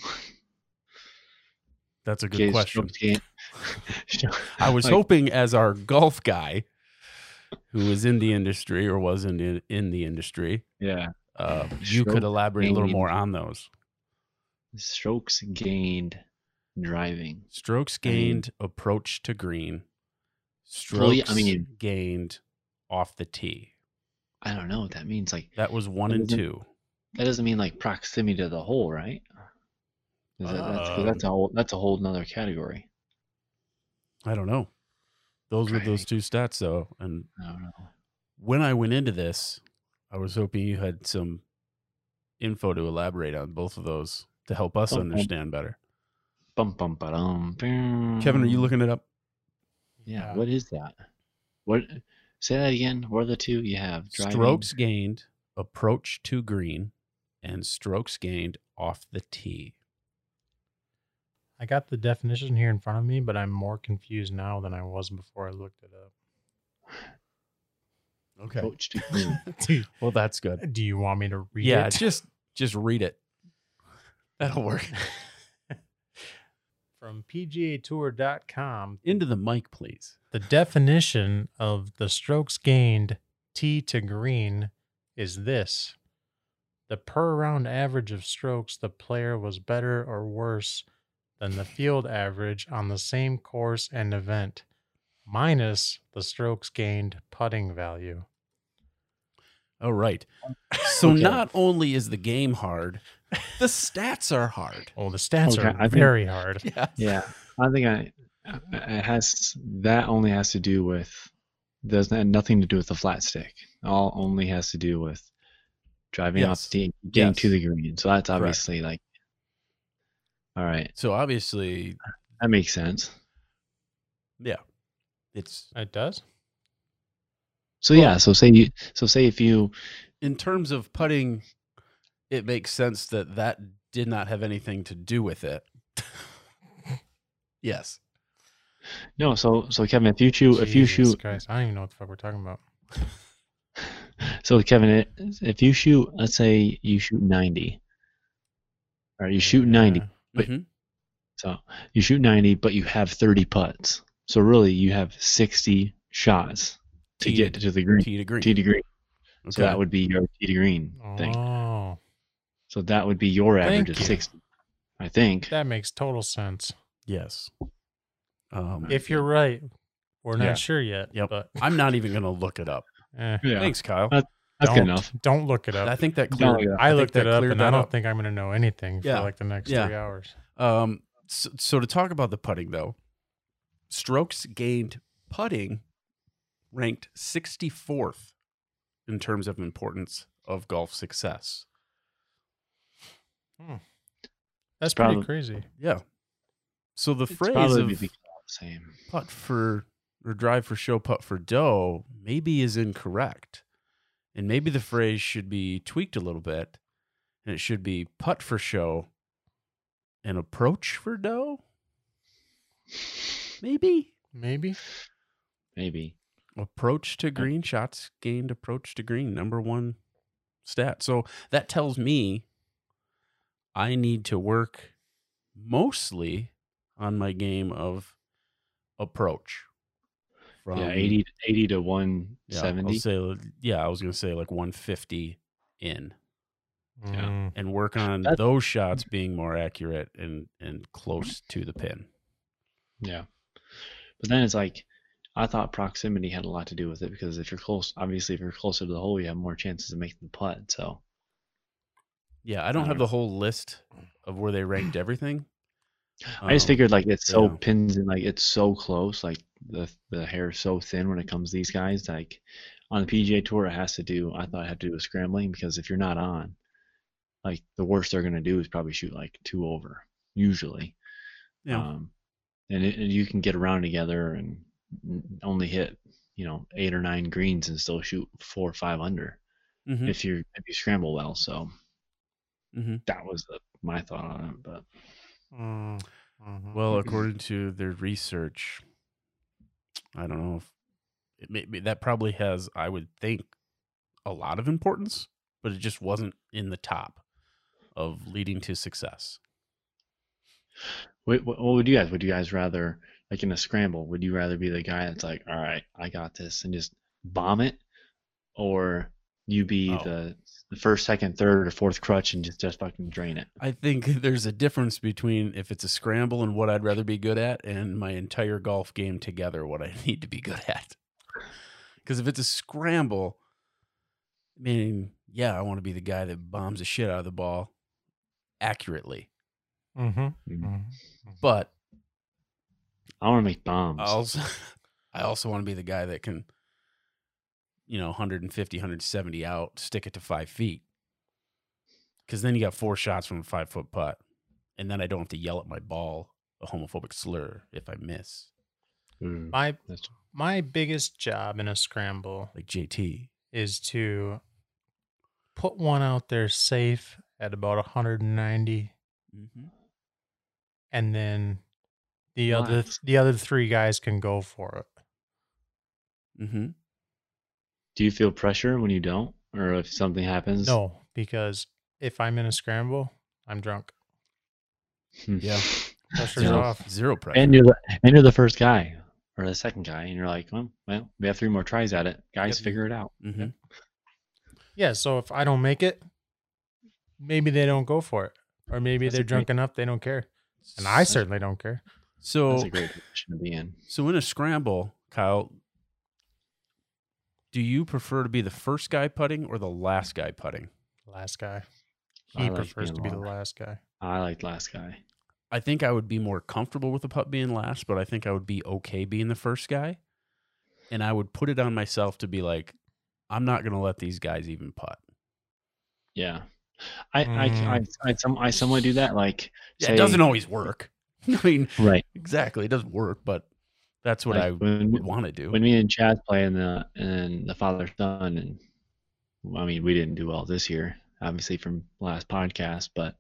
That's a good Okay, question. stroke gain- Sure. I was Like, hoping, as our golf guy who is in the industry or was in the, in the industry, yeah, uh, you could Stroke elaborate a little gained. more on those. strokes gained, driving. Strokes I mean- gained, approach to green. Well, yeah, I Strokes mean- gained off the tee. I don't know what that means. Like That was one and Mhm. two. that doesn't mean like proximity to the hole, right? Is that, that's, 'cause that's a Um, whole that's a whole nother category. I don't know. Those were those Right. two stats, though. And I don't know. when I went into this, I was hoping you had some info to elaborate on both of those to help us Okay. understand better. Bum bum ba dum. Mm-hmm. Kevin, are you looking it up? Yeah. Yeah. What is that? What? Say that again. What are the two you have? Driving- Strokes gained, approach to green, and strokes gained off the tee. I got the definition here in front of me, but I'm more confused now than I was before I looked it up. Okay. Coach to green. do, Well, that's good. do you want me to read yeah, it just just read it. That'll work. from PGAtour.com? Into the mic, please. The definition of the strokes gained tee to green is this the per round average of strokes the player was better or worse than the field average on the same course and event, minus the strokes gained putting value. All right. So Okay. not only is the game hard, the stats are hard. Oh, the stats Okay, are I think- very hard. Yeah. yeah. I think I. It has that only has to do with does not nothing to do with the flat stick. All only has to do with driving off Yes. the tee, getting to Yes. the green. So that's obviously like. All right, So obviously, that makes sense. yeah, it's It does? So yeah, so say you, so say if you, in terms of putting, it makes sense that that did not have anything to do with it. yes. no, so so Kevin, if you shoot, if you Jesus shoot, Christ, I don't even know what the fuck we're talking about. so Kevin, it- if you shoot, let's say you shoot 90, or you shoot 90, Yeah. But- Mhm. so you shoot 90, but you have 30 putts. So really, you have 60 shots to Tee get to the green, T to green. tee to green. Okay. So that would be your tee to green thing. Oh, So that would be your average Thank of you. 60, I think. that makes total sense. yes. Um, If you're right, we're not Yeah. sure yet. Yep. But I'm not even going to look it up. eh, Yeah, Thanks, Kyle. Uh, that's good don't- enough. Don't look it up. I think that Don't cleared. look it up. I I think looked that it up, cleared and that I don't up. think I'm going to know anything Yeah. for like the next Yeah. three hours. Um, so, so to talk about the putting though, strokes gained putting ranked 64th in terms of importance of golf success. That's Probably- pretty crazy. Yeah. So the It's phrase probably of because it's the same. putt for or drive for show, putt for dough maybe is incorrect. And maybe the phrase should be tweaked a little bit and it should be putt for show and approach for dough. Maybe. Maybe. Maybe. approach to green shots gained approach to green number one stat so that tells me i need to work mostly on my game of approach from yeah, 80, 80 to yeah, I'll 170. say, yeah i was gonna say like 150 in Yeah. Mm. and work on That's- Mm-hmm. those shots being more accurate and and close to the pin Yeah. But then it's like, I thought proximity had a lot to do with it because if you're close, obviously, if you're closer to the hole, you have more chances of making the putt. So, yeah i don't Mm-hmm. have the whole list of where they ranked everything I just Um, figured like it's so yeah. pins and like it's so close, like the the hair is so thin when it comes to these guys. Like on the PGA Tour, it has to do. I thought it had to do with scrambling because if you're not on, like the worst they're gonna do is probably shoot like two over usually. yeah Um, and, it, and you can get around together and n- only hit you know eight or nine greens and still shoot four or five under mhm. if you if you scramble well. So Mhm. that was the, my thought on it. But Mm. Mhm. Well, according to their research, I don't know if it may, may- that probably has, I would think, a lot of importance, but it just wasn't in the top of leading to success. What, what what would you guys? Would you guys rather, like in a scramble, would you rather be the guy that's like, all right, I got this and just bomb it? Or you be Oh. the, the first, second, third, or fourth crutch and just, just fucking drain it? I think there's a difference between if it's a scramble and what I'd rather be good at, and my entire golf game together, what I need to be good at. Because if it's a scramble, I mean, yeah, I want to be the guy that bombs the shit out of the ball accurately, Mhm. Mhm. Mhm. but I want to make bombs. I also, I also want to be the guy that can, you know, 150, 170 out, stick it to five feet. Because then you got four shots from a five foot putt. And then I don't have to yell at my ball a homophobic slur if I miss, Mm, My that's- my biggest job in a scramble like JT. is to put one out there safe at about 190 and then the other Nice. the other three guys can go for it. Mm-hmm. Do you feel pressure when you don't? Or if something happens? No, because if I'm in a scramble, I'm drunk. Hmm. Yeah. Pressure's Yeah. off. Zero pressure. And you're, the, and you're the first guy or the second guy, and you're like, well, well we have three more tries at it. Guys, Yep. figure it out. Mhm. Yeah, so if I don't make it, maybe they don't go for it. Or maybe That's a they're great- drunk enough they don't care. And I S- certainly don't care. So, That's a great position to be in. so in a scramble, Kyle, do you prefer to be the first guy putting or the last guy putting? Last guy. I He like prefers being to be the long. last guy. I liked last guy. I think I would be more comfortable with the putt being last, but I think I would be okay being the first guy. And I would put it on myself to be like, I'm not going to let these guys even putt. Yeah. I, I, Mm. I, I, some, I somewhat do that. Like, Yeah, say- it doesn't always work. I mean, right. exactly. It doesn't work, but That's what Like, I when, would want to do. when me and Chad play in the in the father son, and well, I mean we didn't do well this year, obviously from last podcast. But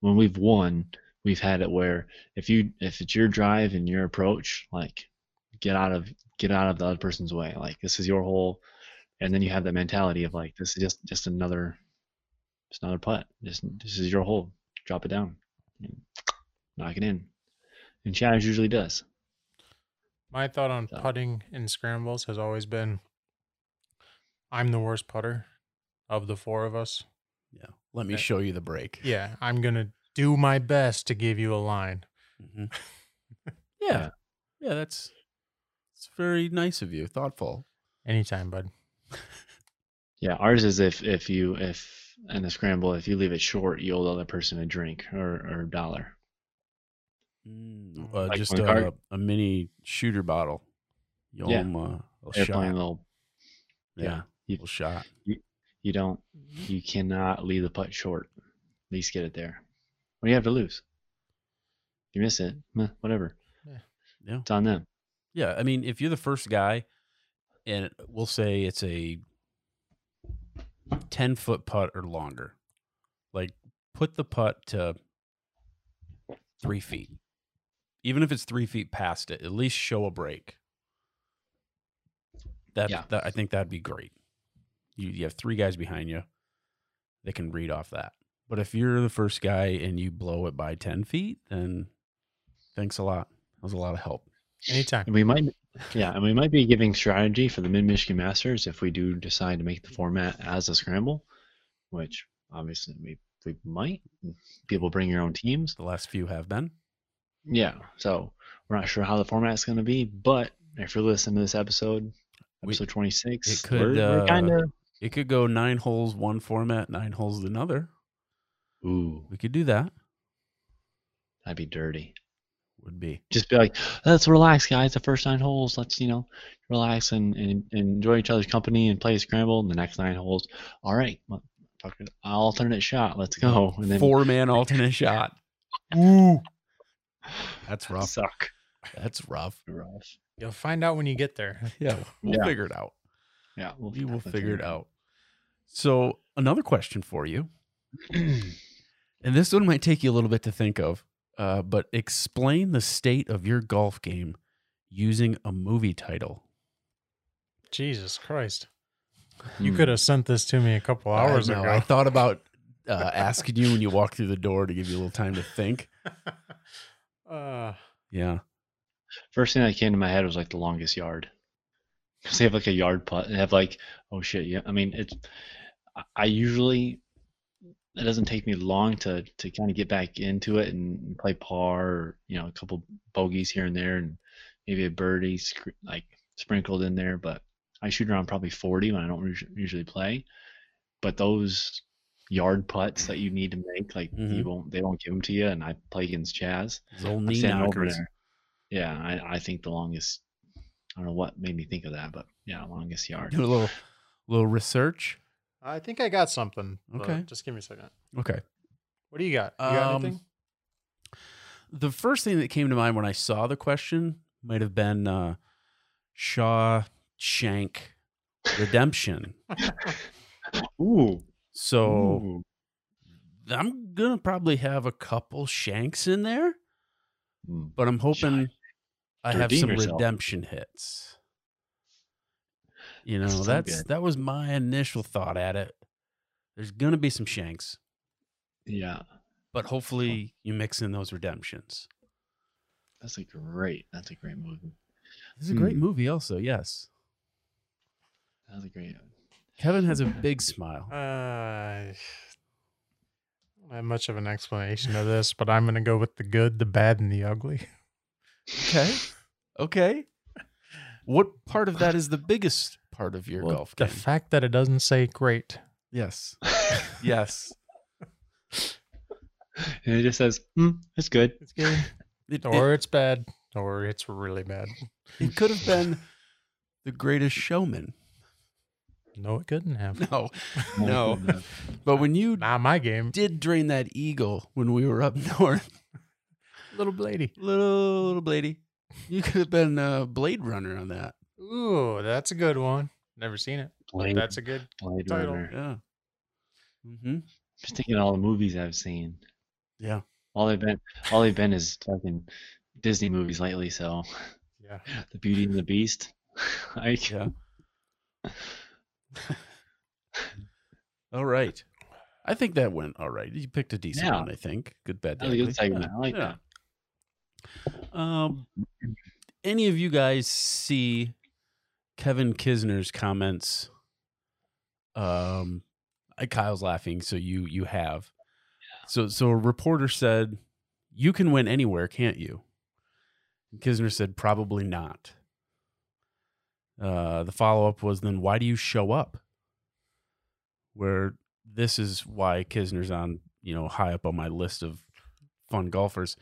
when we've won, we've had it where if you if it's your drive and your approach, like get out of get out of the other person's way. Like this is your hole, and then you have that mentality of like this is just just another just another putt. This this is your hole. Drop it down, and knock it in. And Chad usually does. My thought on So- putting in scrambles has always been I'm the worst putter of the four of us. yeah. Let me Okay. show you the break. Yeah, I'm going to do my best to give you a line. Mhm. Yeah. yeah. Yeah. That's, it's very nice of you. Thoughtful. Anytime, bud. Yeah, ours is if if you if in a scramble if you leave it short, you owe the other person a drink or or a dollar. Mm, Oh, uh, like just my a, card. a mini shooter bottle. You owe Yeah. 'em a, a They're shot. playing a little. yeah. yeah. You- Little shot. You don't. You cannot leave the putt short. At least get it there. What do you have to lose? You miss it, meh, whatever. Yeah. It's on them. Yeah, I mean, if you're the first guy, and we'll say it's a ten foot putt or longer, like put the putt to three feet, even if it's three feet past it, at least show a break. That, Yeah. that I think that'd be great. You you have three guys behind you that can read off that. But if you're the first guy and you blow it by ten feet, then thanks a lot. That was a lot of help. Anytime. And we might. Yeah, and we might be giving strategy for the Mid Michigan Masters if we do decide to make the format as a scramble, which obviously we we might. People bring your own teams. The last few have been. Yeah. So we're not sure how the format's going to be, but if you're listening to this episode, We- episode 26, it could, we're, uh, kind of. It could go nine holes one format, nine holes another. Ooh, We could do that. that'd be dirty. Would be Just be like, let's relax, guys. The first nine holes, let's, you know, relax and, and, and enjoy each other's company and play a scramble. And the next nine holes, all right, well, fucking alternate shot, let's go. And then four man alternate shot. Ooh. That's That'd rough. suck. That's rough. Rough. You'll find out when you get there. Yeah, we'll Yeah. figure it out. Yeah. We'll We will definitely figure it out. So another question for you, out. and this one might take you a little bit to think of, uh, but explain the state of your golf game using a movie title. Jesus Christ. Hmm. You could have sent this to me a couple hours I know, I ago. thought about uh, asking you when you walk through the door to give you a little time to think. uh, Yeah, First thing that came to my head was like the longest yard. Because they have like a yard putt and have like, oh shit, yeah. I mean, it's, I- I usually, it doesn't take me long to, to kind of get back into it and play par, or, you know, a couple bogeys here and there and maybe a birdie scr- like sprinkled in there. But I shoot around probably 40 when I don't usu- usually play. But those yard putts that you need to make, like Mhm. you won't, they won't give them to you. And I play against Chaz. those old I'm knee standing over knockers. there. Yeah, I, I think the longest. I don't know what made me think of that, but yeah, longest yard. do a little little research. I think I got something. but Okay. Just give me a second. Okay. What do you got? You got Um, anything? The first thing that came to mind when I saw the question might have been uh, Shawshank Redemption. Ooh. Oh. So Ooh. I'm gonna probably have a couple shanks in there, Mm. but I'm hoping I have Redeem some yourself. redemption hits. You know, That's so that's good. that was my initial thought at it. There's gonna be some shanks, Yeah, but hopefully you mix in those redemptions. that's a great. That's a great movie. This is a great Hmm. movie, also. Yes, That's a great. Kevin has a big smile. Uh, I don't have much of an explanation of this, but I'm going to go with the good, the bad, and the ugly. Okay. Okay. What part of that is the biggest part of your Well, golf the game? fact that it doesn't say great. yes. Yes. and it just says, hmm, "It's good." It's good. It, it, Or it's bad. Or it's really bad. it could have been the greatest showman. No, it couldn't have. No. No. But when you Not my game. did drain that eagle when we were up north, Little lady. little, little lady, You could have been a Blade Runner on that. Ooh, that's a good one. Never seen it. Blade, That's a good. Blade title. Runner. Yeah. Mm-hmm. Just thinking of all the movies I've seen. Yeah. All they've been, all they've been is fucking Disney movies lately. So Yeah. the Beauty and the Beast. I Yeah. All right. I think that went all right. You picked a decent Yeah. one, I think. Good, bad, That was a good ugly. segment. I like that. Um, any of you guys see Kevin Kisner's comments? Um, I- Kyle's laughing, so you you have. So so a reporter said, "You can win anywhere, can't you?" And Kisner said, "Probably not." Uh, the follow up was, "Then why do you show up?" Where this is why Kisner's on, you know, high up on my list of fun golfers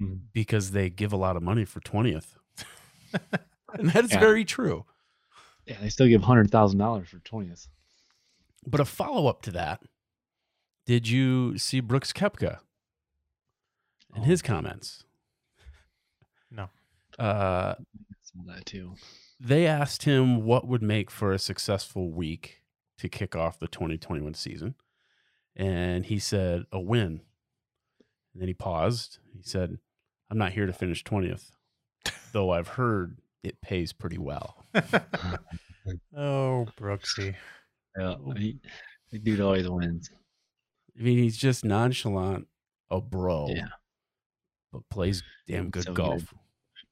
Mhm. because they give a lot of money for 20th. and that is Yeah. very true. yeah, they still give hundred thousand dollars for twentieth. But a follow up to that, did you see Brooks Kepka and Oh, his comments? No. Uh, That too. they asked him what would make for a successful week to kick off the 2021 season. And he said, a win. And then he paused. He said, I'm not here to finish 20th, though I've heard it pays pretty well. oh, Brooksy. Yeah, Oh. he, the dude always wins. I mean, he's just nonchalant, a bro. Yeah. But plays damn good So good. golf.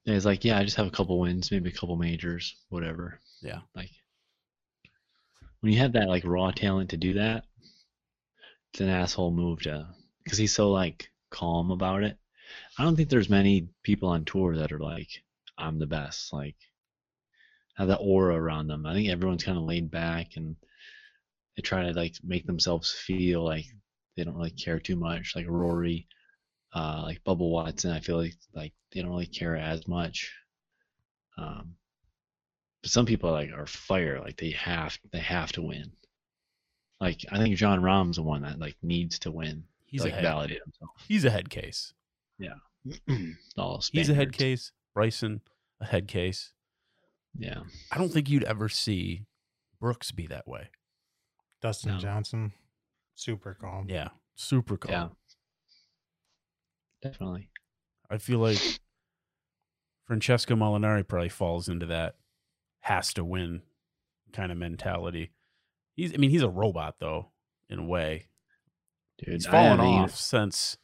And it's like, yeah, I just have a couple wins, maybe a couple majors, whatever. Yeah. Like when you have that like raw talent to do that, it's an asshole move to because he's so like calm about it. I don't think there's many people on tour that are like, I'm the best. Like have that aura around them. I think everyone's kind of laid back and they try to like make themselves feel like they don't really care too much. Like Rory, uh, like Bubba Watson, I feel like like they don't really care as much. Um, but some people like are fire, like they have they have to win. Like I think John Rahm's the one that like needs to win He's a to like head, validate himself. he's a head case. All He's a head Spaniards. case. Bryson, a head case. Yeah, I don't think you'd ever see Brooks be that way. Dustin No. Johnson. Super calm. Yeah. Super calm. yeah, definitely. I feel like Francesco Molinari probably falls into that has to win kind of mentality. He's I mean, he's a robot though, in a way. Dude, He's I fallen haven't even- off since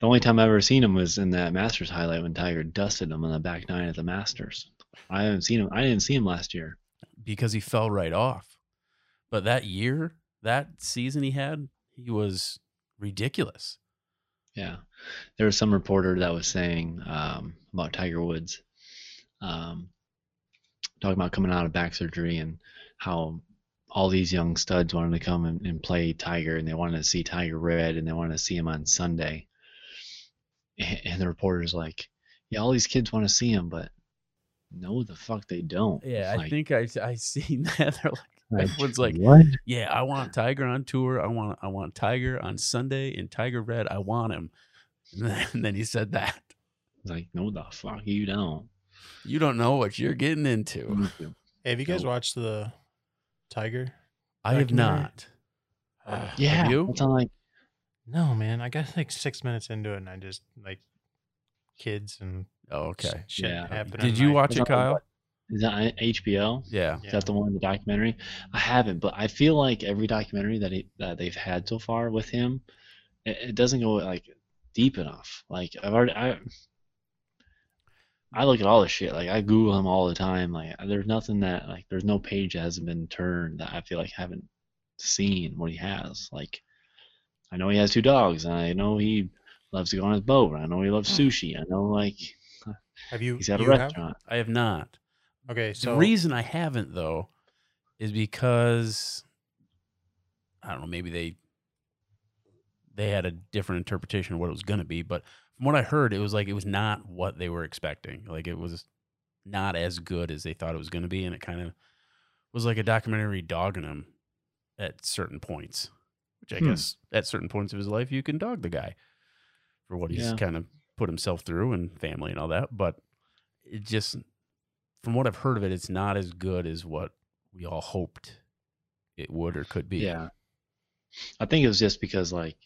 The only time I've ever seen him was in that Masters highlight when Tiger dusted him on the back nine at the Masters. I haven't seen him. I didn't see him last year. because he fell right off. But that year, that season he had, he was ridiculous. Yeah, there was some reporter that was saying um, about Tiger Woods, um, talking about coming out of back surgery and how all these young studs wanted to come and, and play Tiger and they wanted to see Tiger red and they wanted to see him on Sunday. And, and the reporter's like, "Yeah, all these kids want to see him, but no, the fuck they don't." Like, think I I seen that. They're like, everyone's like, "What?" yeah, I want Tiger on tour. I want I want Tiger on Sunday in Tiger Red. I want him. And then, and then he said that It's like, no, the fuck you don't. you don't know what you're getting into. Hey, have you guys Nope. watched the Tiger? I have Documentary? not. Ah, Yeah, you? it's not like No, man. I got like six minutes into it, and I just like kids and Oh, s- okay. shit Yeah. happening. Did and you I- watch it, Kyle? is that on HBO? Yeah. Is Yeah. that the one, the documentary? I haven't, but I feel like every documentary that he, that they've had so far with him, it, it doesn't go like deep enough. Like I've already, I, I look at all this shit. Like I Google him all the time. Like there's nothing that like there's no page that hasn't been turned that I feel like I haven't seen what he has. Like I know he has two dogs, and I know he loves to go on his boat, and I know he loves sushi. I know like Have you? he's at a Hmm. you have? restaurant. I have not. Okay, so the reason I haven't though is because I don't know, maybe they they had a different interpretation of what it was going to be, but from what I heard it was like it was not what they were expecting. Like it was not as good as they thought it was going to be and it kind of was like a documentary dogging him at certain points, which I Hmm. guess at certain points of his life you can dog the guy for what he's Yeah. kind of put himself through and family and all that, but it just from what I've heard of it, it's not as good as what we all hoped it would or could be. Yeah. I think it was just because like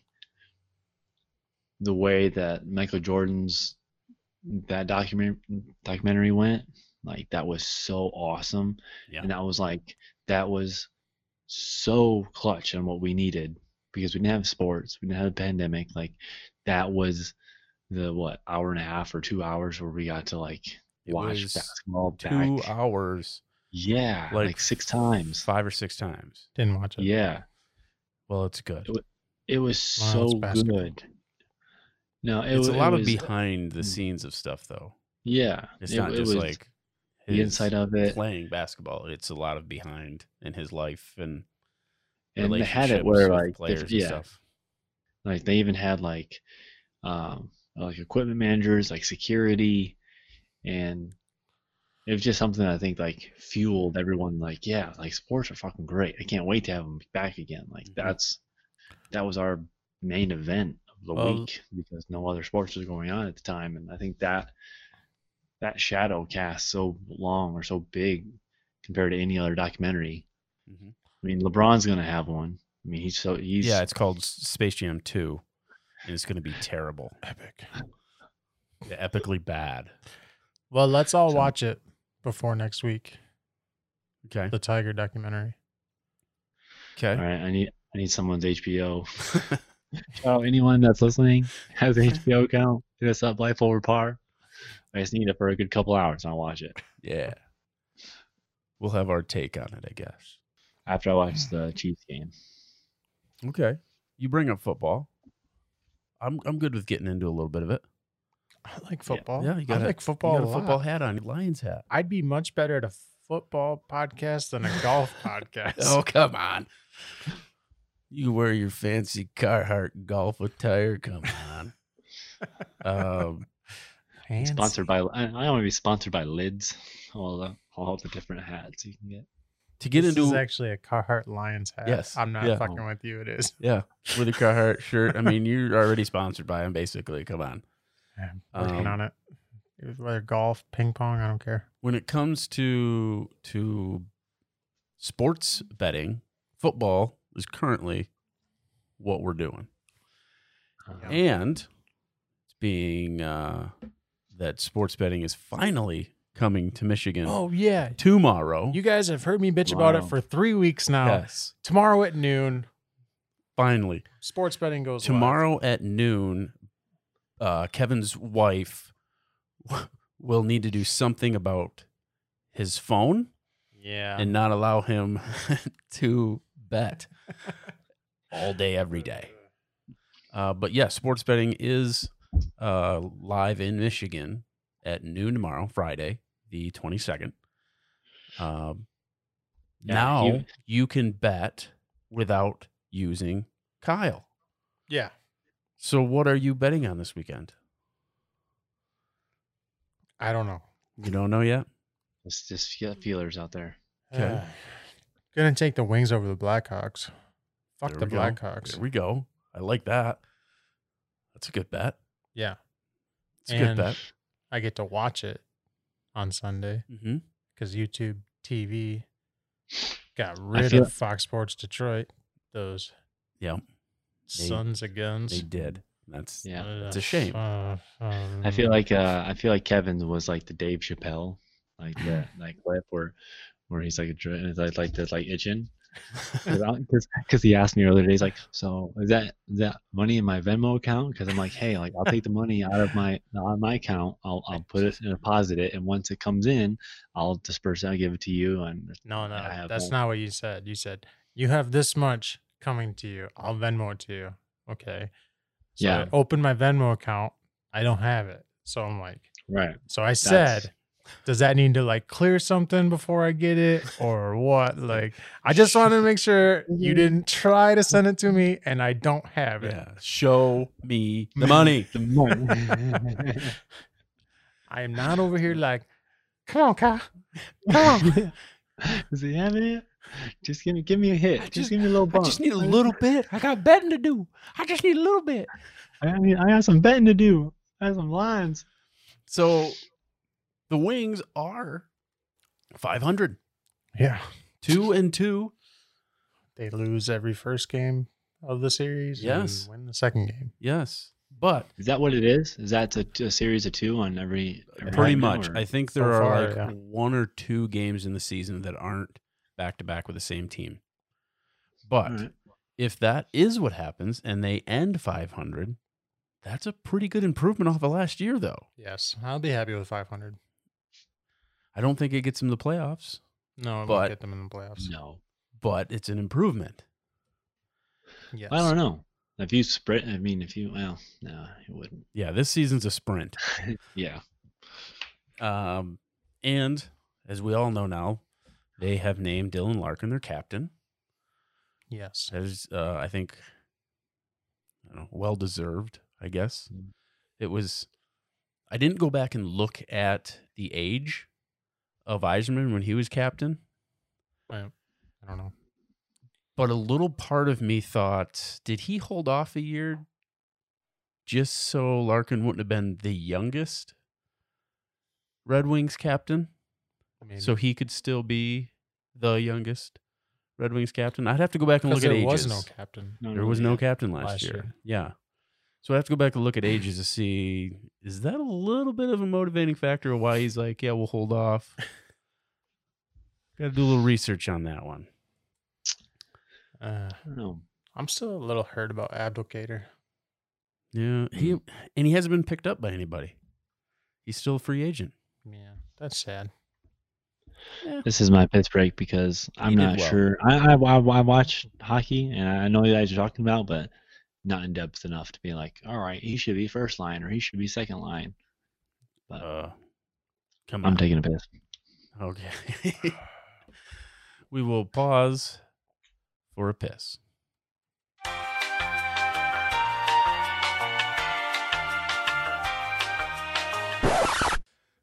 the way that Michael Jordan's that document documentary went, like that was so awesome. Yeah. And that was like that was so clutch on what we needed because we didn't have sports, we didn't have a pandemic. Like that was the what hour and a half or two hours where we got to like It watch was basketball two back. hours, Yeah, like, like, six times. five or six times. Didn't watch it. Yeah, Well, it's good. It was- it was Wow, so it's basketball. good. No, it, It's a wa- it lot of was- behind the Mm. scenes of stuff, though. Yeah, It's it- not it just was like the inside of it, playing basketball. It's a lot of behind in his life and and they relationships had it where with like diff- players yeah, and stuff. like they even had like um like equipment managers, like security, and it was just something that I think like fueled everyone. Like, yeah, like sports are fucking great. I can't wait to have them back again. Like Mhm. that's that was our main event of the Well- week because no other sports was going on at the time, and I think that that shadow cast so long or so big compared to any other documentary. Mhm. I mean, LeBron's gonna have one. I mean, he's so he's Yeah, it's called S- Space Jam Two, and it's going to be terrible, Epic. epically bad. Well, let's all So- watch it before next week. Okay. The Tiger documentary. All Okay. right, I need I need someone's HBO. Oh, anyone that's listening has an HBO account, hit us up Life Over Par. I just need it for a good couple hours and I'll watch it. yeah. We'll have our take on it, I guess. After I watch the Chiefs game. Okay. You bring up football. I'm I'm good with getting into a little bit of it. I like football. Yeah, you gotta- I like You football. got a a lot. football hat on, Lions hat. I'd be much better at a football podcast than a golf podcast. Oh come on. You wear your fancy Carhartt golf attire. Come on. um, Fancy. Sponsored by I, I want to be sponsored by Lids. All the all the different hats you can get. to get This into is actually a Carhartt Lions hat. Yes. I'm not Yeah. fucking with you. It is. yeah with a Carhartt shirt. I mean, you're already sponsored by them, basically. Come on. I'm working Um, on it. Whether golf, ping pong, I don't care. when it comes to to sports betting, football is currently what we're doing, Um, and it's being uh, that sports betting is finally coming to Michigan Oh yeah. tomorrow. You guys have heard me bitch about it Wow. for three weeks now. yes, Tomorrow at noon, finally sports betting goes live. tomorrow at noon. Uh, Kevin's wife will need to do something about his phone Yeah. and not allow him to bet all day, every day. Uh, but yeah, sports betting is uh, live in Michigan at noon tomorrow, Friday, the 22nd. Um, Yeah, now you, you- can bet without using Kyle. yeah. So, what are you betting on this weekend? I don't know. You don't know yet? It's just fe- feelers out there. Okay. Gonna take the wings over the Blackhawks. Fuck There the we go. Blackhawks. There we go. I like that. That's a good bet. Yeah. It's a good And- bet. I get to watch it on Sunday Mm-hmm. because YouTube TV got rid feel- of Fox Sports Detroit. Those Yeah. They- sons of guns. They did. That's Yeah. It's a shame. uh, um, I Mm-hmm. feel like uh, I feel like Kevin was like the Dave Chappelle, like that that clip where where he's like dr- like like this like itching because he asked me earlier today. He's like, so is that is that money in my Venmo account? Because I'm like, hey, like I'll take the money out of my out of my account. I'll I'll put it and deposit it, and once it comes in, I'll disperse it. I'll give it to you, and no, no, I have that's one. not what you said. You said you have this much coming to you. I'll Venmo it to you. Okay. So Yeah. I opened my Venmo account. I don't have it. So I'm like, right. so I said, does that need to like clear something before I get it or what? Like, I just wanted to make sure Mm-hmm. you didn't try to send it to me and I don't have it. yeah. Show me the money. The money. I am not over Mm. here like, come on, Kyle. Come on. Is he having it? Just give me give me a hit. Just, give me a little bump. bit. I got betting to do. I just need a little bit. I need, I got some betting to do. I have some lines. So The wings are 500. Yeah. Two and two. They lose every first game of the series. and Yes. win the second game. Yes. But Is that what it is? Is that a, a series of two on every? every pretty night now, much. or- I think So there are far, like yeah. one or two games in the season that aren't back to back with the same team. But Alright. if that is what happens and they end 500, that's a pretty good improvement off of last year, though. Yes. I'll be happy with 500. I don't think it gets them the playoffs, No, it But- won't get them in the playoffs. no, but it's an improvement. Yes. I don't know. If you spread, I mean, if you well, no, it wouldn't. Yeah, this season's a sprint. Yeah, Um, and as we all know now, they have named Dylan Larkin their captain. Yes. There's, uh, I think, I don't know, well deserved, I guess. Mm. It was, I didn't go back and look at the age of Eiserman when he was captain, I don't know. but a little part of me thought, did he hold off a year just so Larkin wouldn't have been the youngest Red Wings captain? I mean, So he could still be the youngest Red Wings captain. I'd have to go back and because look at there ages. was no captain. No, There was no yeah. captain last, Last year. year. Yeah. So I have to go back and look at ages to see is that a little bit of a motivating factor of why he's like, yeah, we'll hold off. Got to do a little research on that one. Uh, I don't know. I'm still a little hurt about Abdulkader. Yeah, Hmm. he and he hasn't been picked up by anybody. He's still a free agent. Yeah, that's sad. This is my pitch break because I'm You did not well. sure. I, I I I watch hockey and I know you guys are talking about, but not in depth enough to be like, all right, he should be first line or he should be second line. But Uh, come on. I'm taking a piss. Okay. we will pause for a piss.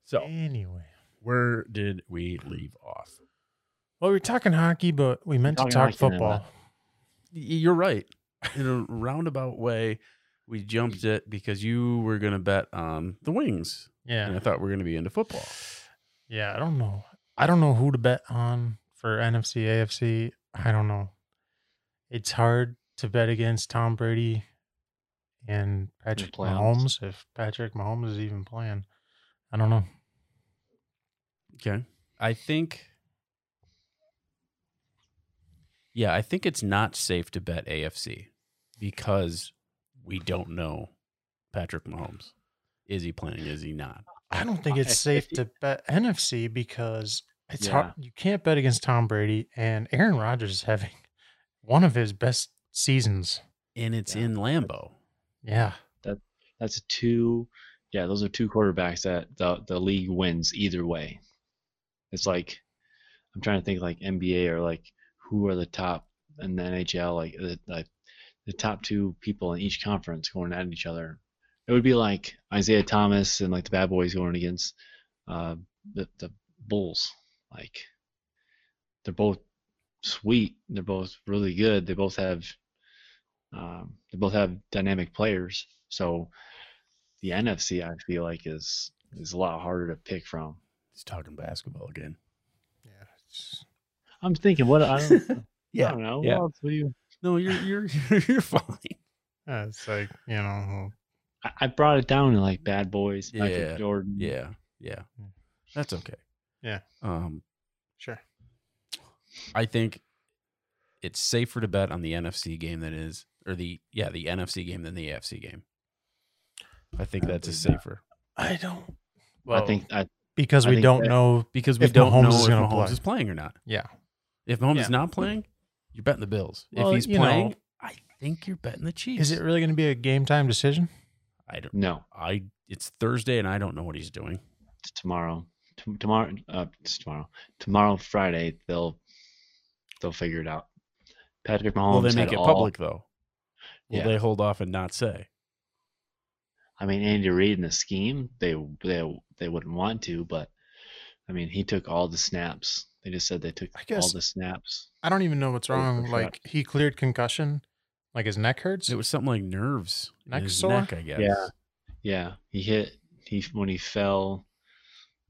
So, Anyway, where did we leave off? well, we're talking hockey, but we meant to talking talk hockey now, football. Y- You're right. In a roundabout way, we jumped it because you were going to bet on the wings. And Yeah, I thought we are going to be into football. yeah. I don't know. I don't know who to bet on for NFC, AFC. I don't know. It's hard to bet against Tom Brady and Patrick playoffs. Mahomes if Patrick Mahomes is even playing. I don't know. Okay. I think. Yeah, I think it's not safe to bet AFC because we don't know Patrick Mahomes. Is he playing? Is he not? I don't think it's safe to bet NFC because it's hard. You can't bet against Tom Brady and Aaron Rodgers is having one of his best seasons. And it's Yeah. in Lambeau. Yeah. That's two. Yeah, those are two quarterbacks that the the league wins either way. It's like I'm trying to think like NBA or like who are the top in the NHL like the the, the top two people in each conference going at each other. It would be like Isaiah Thomas and like the Bad Boys going against uh, the the Bulls. Like they're both sweet. They're both really good. They both have um, they both have dynamic players. So the NFC, I feel like, is is a lot harder to pick from. He's talking basketball again. Yeah. it's- I'm thinking, what I don't, I Yeah. don't know. yeah. What else would you? No, you're you're you're fine. yeah, uh, It's like, you know, I, I brought it down to like Bad Boys, Yeah, Michael Jordan. Yeah. Yeah. Mm. That's okay. Yeah. Um sure. I think it's safer to bet on the NFC game than it is or the yeah, the NFC game than the AFC game. I think I that's a believe that. safer I don't. I think I because I we think don't that- know. because we If don't Mahomes know is if gonna Mahomes play. is playing or not. Yeah. If Mahomes Yeah. is not playing, you're betting the Bills. Well, if he's you know- playing, I think you're betting the Chiefs. Is it really going to be a game time decision? I don't. no I it's Thursday and I don't know what he's doing. it's tomorrow. T- tomorrow, uh, it's tomorrow, tomorrow Friday, they'll they'll figure it out. Patrick Mahomes. Will they had make it all- public though? Will Yeah. they hold off and not say? I mean, Andy Reid in the scheme, they they they wouldn't want to, but I mean, he took all the snaps. They just said they took I all guess- the snaps. I don't even know what's Oh, for wrong. sure. Like, he cleared concussion. Like, his neck hurts. It was something like nerves in Neck his sore? neck, I guess. Yeah. Yeah, he hit he when he fell.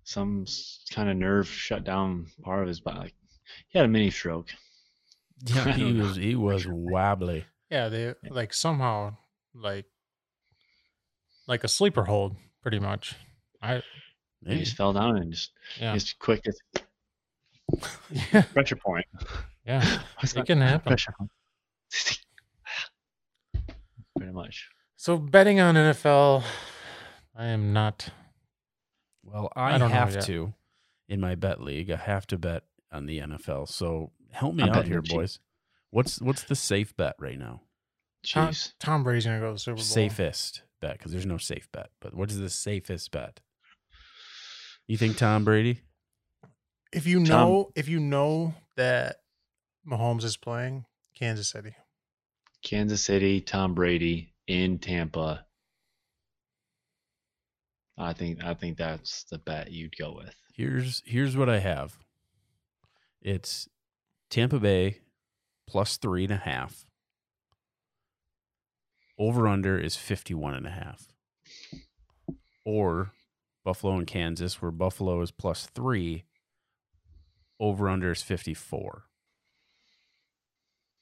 some kind of nerve shut down part of his body. He had a mini stroke. Yeah, he was he was wobbly. Yeah, they like somehow like like a sleeper hold, pretty much. I He Maybe. just fell down and just yeah his quickest yeah pressure point. yeah. What's It that? can happen. Pressure point. Pretty much. So betting on NFL, I am not. Well, I, I don't know have yet. to in my bet league. I have to bet on the NFL. So help me I'm out betting here, the Chiefs. boys. What's what's the safe bet right now? Tom, Jeez. Tom Brady's gonna go to the Super Bowl. Safest bet because there's no safe bet. But what is the safest bet? You think Tom Brady? If you Tom- know, if you know that Mahomes is playing Kansas City, Kansas City, Tom Brady in Tampa. I think I think that's the bet you'd go with. Here's here's what I have. It's Tampa Bay plus three and a half. Over under is 51 and a half. Or Buffalo and Kansas, where Buffalo is plus three. Over under is 54.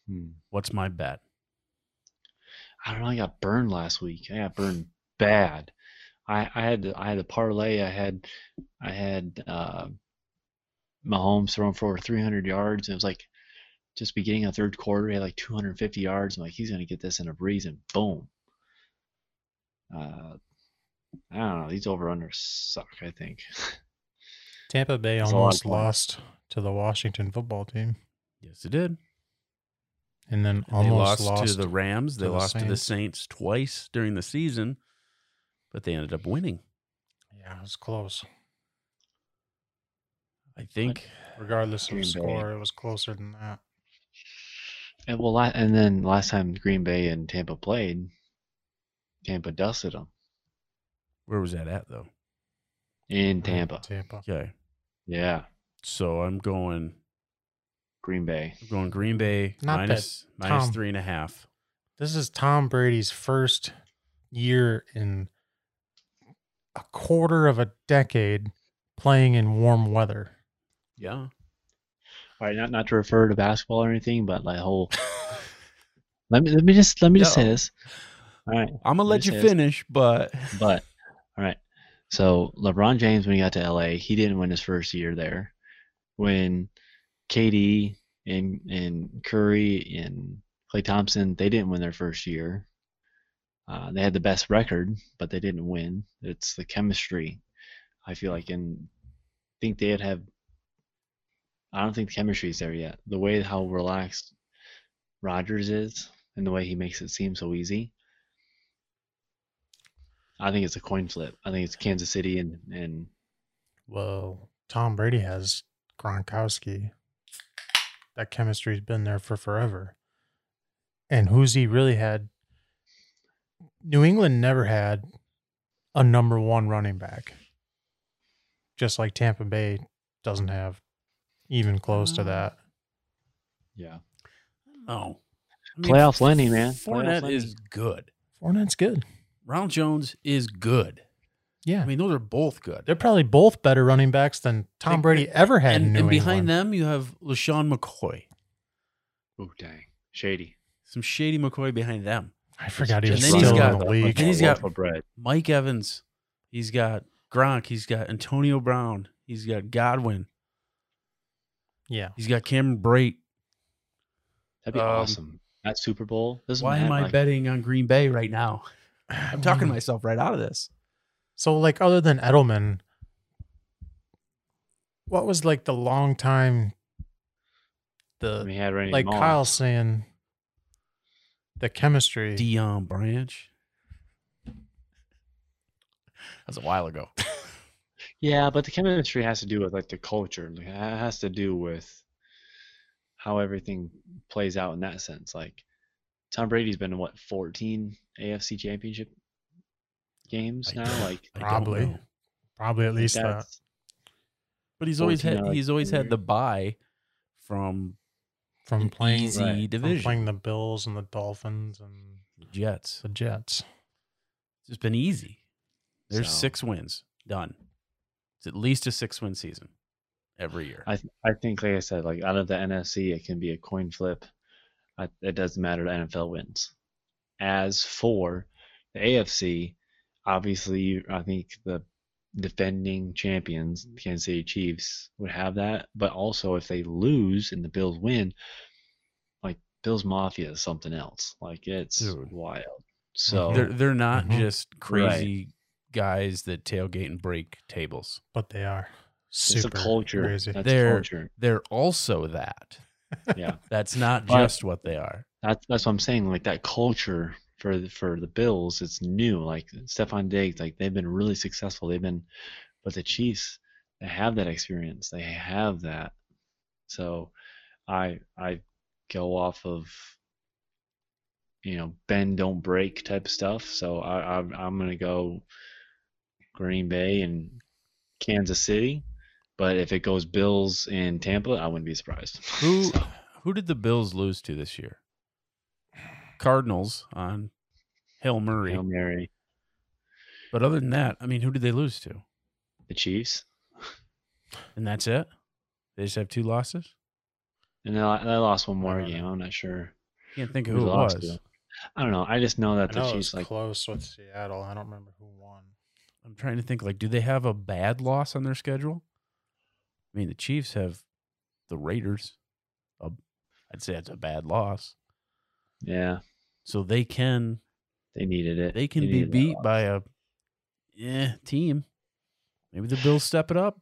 Hmm. What's my bet? I don't know. I got burned last week. I got burned bad. I, I had the, I had a parlay. I had I had uh, Mahomes throwing for over 300 yards. It was like just beginning of third quarter, he had like 250 yards. I'm like, he's gonna get this in a breeze, and boom. Uh, I don't know. These over unders suck. I think. Tampa Bay That's a lot of almost points. lost to the Washington football team, Yes, it did. and then They almost lost, lost. to the Rams. to They the lost to the Saints. Saints twice during the season, but they ended up winning. yeah, it was close. I think Regardless of Green Bay. score, it was closer than that. And well, la- and then last time Green Bay and Tampa played, Tampa dusted them where was that at though? in Tampa. Tampa. Okay. Yeah, So I'm going Green Bay. I'm going Green Bay Not that- minus- minus Tom. three and a half. This is Tom Brady's first year in a quarter of a decade playing in warm weather. Yeah. All right, not not to refer to basketball or anything, but like whole. let me let me just let me just say No. this. All right, I'm gonna let This you is- finish, but but all right. So LeBron James, when he got to LA, he didn't win his first year there. When KD and and Curry and Clay Thompson, they didn't win their first year. Uh, they had the best record, but they didn't win. It's the chemistry. I feel like, and think they'd have. I don't think the chemistry's there yet. The way how relaxed Rodgers is, and the way he makes it seem so easy. I think it's a coin flip. I think it's Kansas City and and Well, Tom Brady has Gronkowski. That chemistry's been there for forever. And who's he really had? New England never had a number one running back, just like Tampa Bay doesn't have even close Ah. to that. yeah. no. oh, I Playoff Lenny, man. Fournette Playoff is Lenny. good. Fournette's good. Ronald Jones is good. I Yeah. mean, those are both good. They're probably both better running backs than Tom And- Brady ever had. in and, New and behind England. them, you have LaShawn McCoy. Oh dang, shady. Some shady McCoy behind them. I forgot he And was then he's still in got- the league. and he's got- Loaf of bread. Mike Evans. He's got Gronk. He's got Antonio Brown. He's got Godwin. yeah, He's got Cameron Brate. That'd be Um, awesome. That Super Bowl. Doesn't Why that, am I like, betting on Green Bay right now? I'm talking Mm. myself right out of this. So, like, other than Edelman, what was like the long time the when he had Randy like Moss? Kyle saying the chemistry? Dion Branch. That's a while ago. Yeah, but the chemistry has to do with like the culture. Like, It has to do with how everything plays out in that sense. Like Tom Brady's been in what 14 AFC Championship games I- now. Like I don't Probably. know. Probably at least uh, that. E that's- But he's always had 14 out he's always had there. the buy from from an playing easy Right. from From division playing the Bills and the Dolphins and Jets. the Jets. It's just been easy. There's So- six wins done. It's at least a six win season every year. I th- I think, like I said, like out of the NFC, it can be a coin flip. I, it doesn't matter. The NFL wins. As for the AFC, obviously, I think the defending champions, the Kansas City Chiefs, would have that. But also, if they lose and the Bills win, like Bills Mafia is something else. Like it's Dude. Mm-hmm. wild. So they're they're not Mm-hmm. Mhm. just crazy guys that tailgate and break tables. but they are it's super a culture. crazy. That's They're- culture. They're also that. Yeah. That's not But- just what they are. That's that's what I'm saying. Like that culture for the, for the Bills, it's new. Like Stefan Diggs, like they've been really successful. They've been, but the Chiefs, they have that experience. They have that. So, I I go off of, you know, bend don't break type stuff. So I, I I'm gonna go Green Bay and Kansas City. But if it goes Bills and Tampa, I wouldn't be surprised. Who So, who did the Bills lose to this year? Cardinals on Hill Murray. Hail Mary, But other than that, I mean, who did they lose to? the Chiefs. And that's it. They just have two losses. And they, lo- they lost one more don't game. I'm not sure. Can't think of Who Uh, who it lost was. to? I don't know. I just know I that the know it was Chiefs like close with Seattle. I don't remember who won. I'm trying to think. Like, do they have a bad loss on their schedule? I mean, the Chiefs have the Raiders. A, I'd say that's a bad loss. yeah, So they can they needed it. they can They be needed that beat loss. by a eh, team. Maybe the Bills step it up.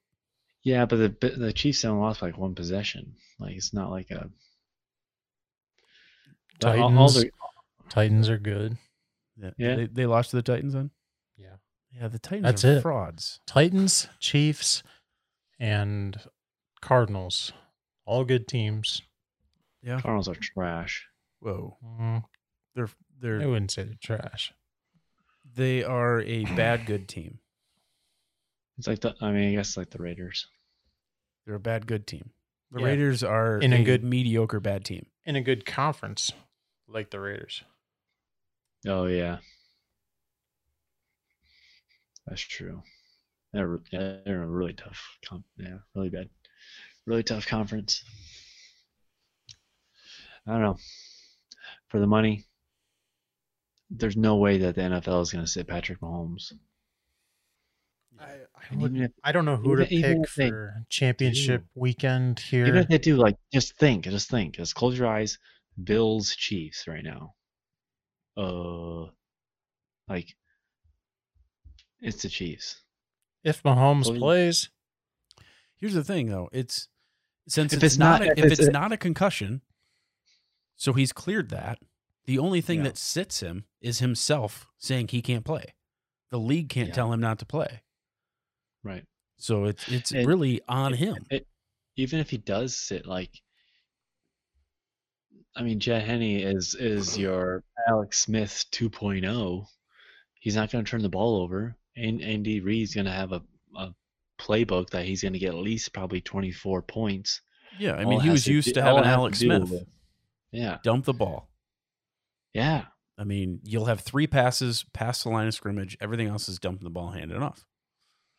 Yeah, but the but the Chiefs only lost by like one possession. Like it's not like a but all- Titans, all the- Titans are good. Yeah. They, they lost to the Titans then? Yeah. Yeah, the Titans That's are it. frauds. Titans, Chiefs, and Cardinals, all good teams. Yeah. Cardinals are trash. Whoa. Mm, They're I they're wouldn't say they're trash. they are a bad good team. It's like the I mean I guess like the Raiders. They're a bad good team. The Yeah. Raiders are In a good- mediocre bad team. In a good conference, like the Raiders. Oh yeah, that's true. They're re- yeah, they're a really tough. Comp- yeah, really bad, really tough conference. I don't know. For the money, there's no way that the NFL is going to sit Patrick Mahomes. I, I, And even if I don't know who even- to even pick if they for championship weekend even here. if they do, like just think, just think, just close your eyes. Bills Chiefs right now. Uh, like it's the Chiefs. If Mahomes Well, you- plays, Here's the thing though. It's since If it's, it's not, not- a, if if it's it's, a- not a concussion, so he's cleared that. The only thing Yeah. that sits him is himself saying he can't play. The league can't Yeah. tell him not to play. Right. So it's it's And- really on it- him. it- even if he does sit, like, I mean, Jed Henney is is your Alex Smith 2.0. He's not going to turn the ball over, and Andy Reid's going to have a, a playbook that he's going to get at least probably 24 points. yeah, I All mean it he has was used do- to all it having has Alex do Smith with- Yeah, dump the ball. yeah, I mean, you'll have three passes, past the line of scrimmage. Everything else is dumping the ball, handing it off.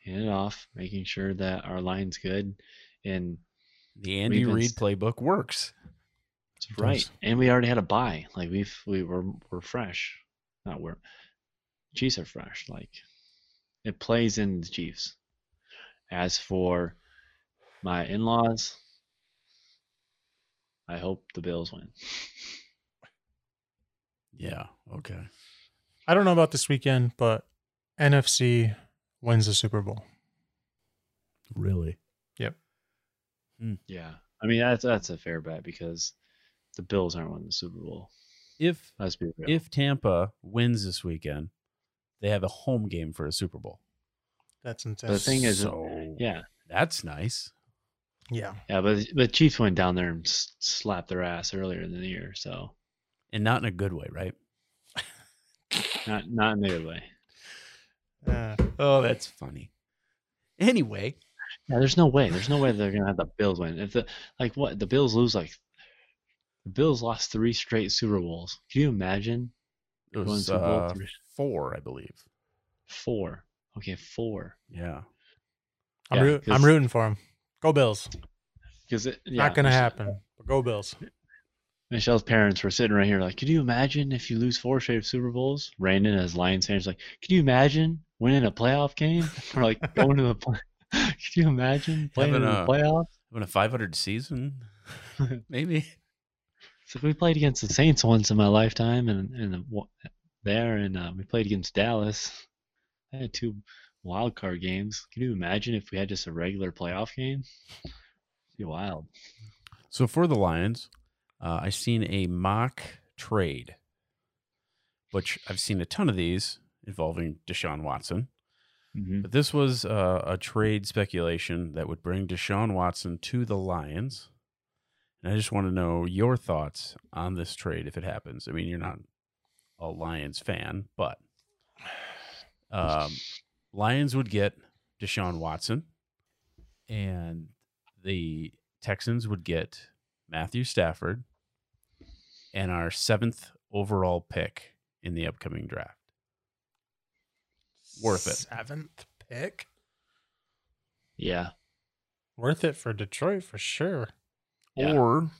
hand it off, making sure that our line's good, and The Andy We've been Reid st- playbook works. That's right. Sometimes. And we already had a buy. Like we've we were we're fresh. Not we're Chiefs are fresh. Like it plays in the Chiefs. As for my in laws, I hope the Bills win. Yeah. Okay. I don't know about this weekend, but NFC wins the Super Bowl. Really? Yeah. I mean that's that's a fair bet because the Bills aren't winning the Super Bowl. If Let's be real. if Tampa wins this weekend, they have a home game for a Super Bowl. That's the intense. thing is so yeah. that's nice. yeah, Yeah, but but Chiefs went down there and s- slapped their ass earlier in the year, so And not in a good way, right? not not in a good way. Uh, Oh, that's funny. Anyway, Yeah, there's no way. There's no way they're gonna have the Bills win. If the like what the Bills lose like the Bills lost three straight Super Bowls. Can you imagine? it Going was Super Bowl uh, three. four, I believe. Four. Okay, four. Yeah. I'm, Yeah, root, I'm 'cause- rooting for him. Go Bills. Because it yeah, Not going to Mich- happen. But go Bills. Michelle's parents were sitting right here, like, could you imagine if you lose four straight Super Bowls? Brandon as Lions fans, like, could you imagine winning a playoff game or like going to the play? could you imagine playing in Having the a- playoffs? Having a 500 season, maybe. So we played against the Saints once in my lifetime, and and the wa- there, and uh, we played against Dallas. I had two wild card games. Can you imagine if we had just a regular playoff game? It'd be wild. So for the Lions, uh, I seen a mock trade, which I've seen a ton of these involving Deshaun Watson. Mm-hmm. But this was uh, a trade speculation that would bring Deshaun Watson to the Lions. And I just want to know your thoughts on this trade if it happens. I mean, you're not a Lions fan, but um, Lions would get Deshaun Watson, and the Texans would get Matthew Stafford and our seventh overall pick in the upcoming draft. Worth it. Seventh pick. Yeah. Worth it for Detroit for sure. Yeah. Or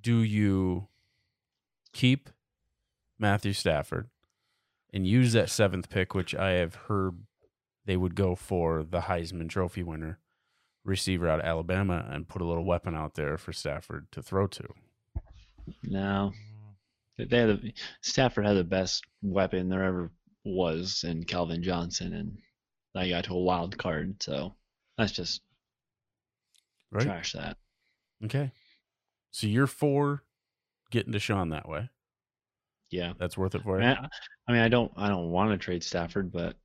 do you keep Matthew Stafford and use that seventh pick, which I have heard they would go for the Heisman Trophy winner receiver out of Alabama and put a little weapon out there for Stafford to throw to? No. They- They had a, Stafford had the best weapon there ever was in Calvin Johnson, and I got to a wild card. So let's just Right. trash that. Okay. So you're for getting Deshaun that way. Yeah. That's worth it I for mean, you. I, I mean, I don't, I don't want to trade Stafford, but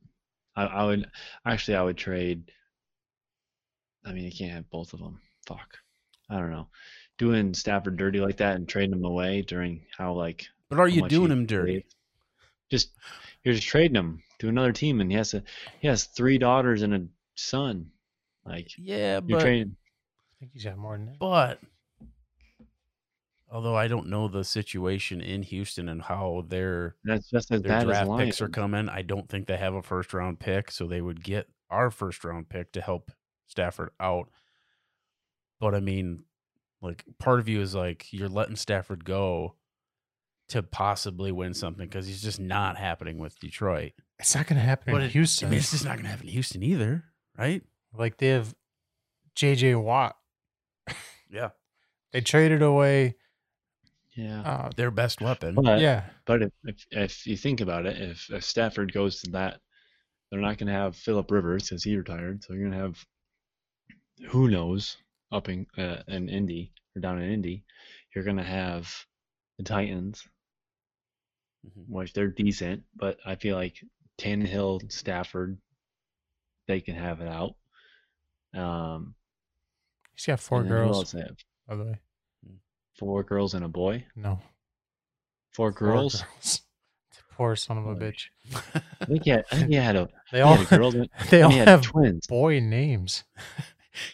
I, I would actually, I would trade. I mean, you can't have both of them. Fuck. I don't know. Doing Stafford dirty like that and trading him away during how like But are how you much doing he him dirty? played. Just you're just trading him to another team, and he has a, he has three daughters and a son. Like Yeah, you're but trading. I think he's got more than that. But although I don't know the situation in Houston and how their That's just as their bad as draft Lions. picks are coming, I don't think they have a first round pick, so they would get our first round pick to help Stafford out. But I mean, like part of you is like you're letting Stafford go to possibly win something because he's just not happening with Detroit. It's not going to happen But in it- I Houston. mean, it's just not going to happen in Houston either, right? Like they have J.J. Watt. Yeah, They traded away. yeah. Uh, their best weapon. But- yeah. But if, if if you think about it, if, if Stafford goes to that, they're not going to have Philip Rivers because he retired. So you're going to have who knows up in uh, in Indy or down in Indy. You're going to have the Titans, Mhm. which they're decent, but I feel like Tannehill, Stafford, they can have it out. Um, He's got four and then who girls, else they have? by the way. Four girls and a boy. No. four Four girls. girls. Poor son of a Holy bitch. Mm-hmm. I think he had, I think he had a, They he all had a girl. and- they all and he had have twins. boy names.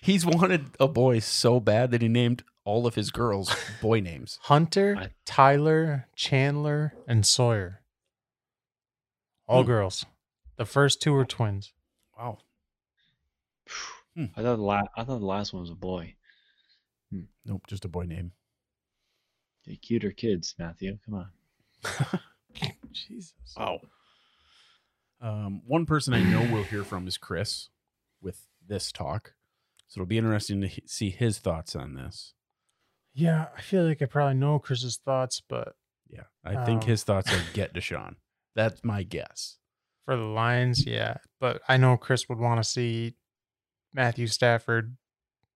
He's wanted a boy so bad that he named all of his girls boy names. Hunter, I- Tyler, Chandler, and Sawyer. All Hmm. girls. The first two were twins. Wow. I thought the last, I thought the last one was a boy. Nope, just a boy name. Get cuter kids, Matthew. Come on. Jesus. Wow. Um, one person I know we'll hear from is Chris with this talk. So it'll be interesting to he- see his thoughts on this. Yeah, I feel like I probably know Chris's thoughts, but Yeah. I think Um, his thoughts are get Deshaun. That's my guess. for the Lions, yeah. But I know Chris would want to see Matthew Stafford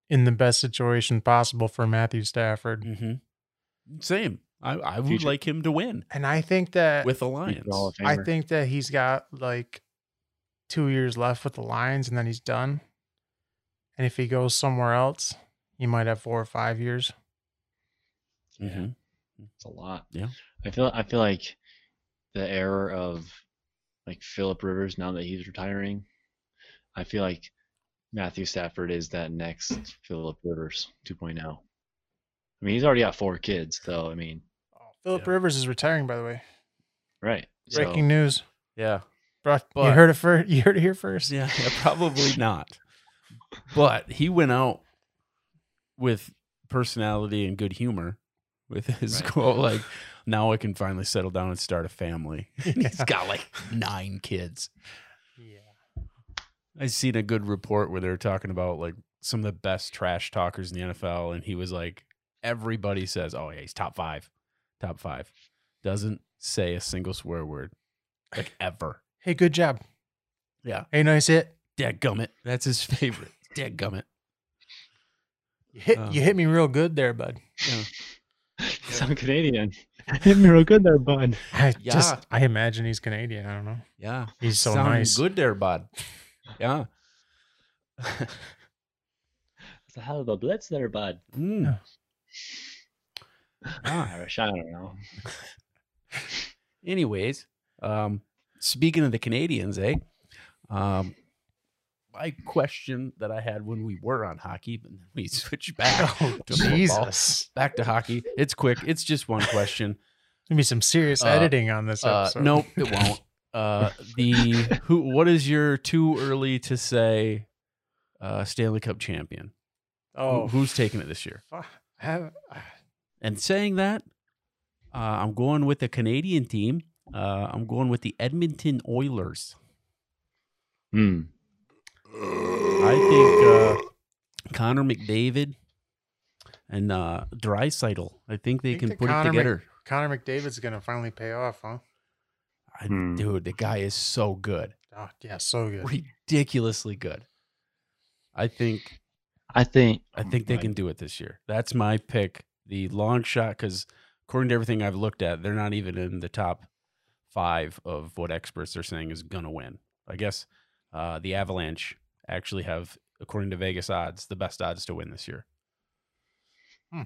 in the best situation possible for Matthew Stafford. Mm-hmm. Same. I, I would Future- like him to win And I think that with the Lions. Hall of I Famer. think that he's got like two years left with the Lions and then he's done. And if he goes somewhere else, he might have four or five years. Mm-hmm. hmm it's a lot. Yeah. I feel I feel like the error of like Philip Rivers now that he's retiring. I feel like Matthew Stafford is that next Philip Rivers 2.0. I mean, he's already got four kids, so I mean, Philip Yeah. Rivers is retiring, by the way. right? Breaking news. Yeah. But you But- heard it first. You heard it here first. Yeah, probably not. But he went out with personality and good humor with his Right. quote like now I can finally settle down and start a family. And He's Yeah. got like nine kids. Yeah. I seen a good report where they were talking about like some of the best trash talkers in the NFL and he was like everybody says, "Oh yeah, he's top 5." Top 5. Doesn't say a single swear word like ever. Hey, good job. Yeah. Hey, nice hit. Dad gummit. That's his favorite. Dad gummit. You hit. Um, you hit me real good there, bud. Sound Canadian. Hit me real good there, bud. I Yeah. just. I imagine he's Canadian. I don't know. Yeah. He's so Sounding nice. good there, bud. Yeah. It's a hell of a blitz there, bud. Mm. Ah, Irish, I don't know. anyways, um, speaking of the Canadians, eh? Um, my question that I had when we were on hockey, but then we switched back Oh, to football. Jesus. back to hockey. It's quick. It's just one question. There's gonna be some serious Uh, editing on this Uh, episode. nope, it won't. Uh, the who? What is your too early to say uh, Stanley Cup champion? Oh, Who- who's taking it this year? fu- have- And saying that, uh, I'm going with the Canadian team. Uh, I'm going with the Edmonton Oilers. Hmm. I think uh, Connor McDavid and uh, Dreisaitl. I think they Think can that put Connor it Mc- together. Connor McDavid's gonna finally pay off, huh? I, Hmm. Dude, the guy is so good, Oh, yeah, so good. ridiculously good. I think I think. I think they can do it this year. That's my pick. The long shot, because according to everything I've looked at, they're not even in the top five of what experts are saying is going to win. I guess uh, the Avalanche actually have, according to Vegas odds, the best odds to win this year. Hmm.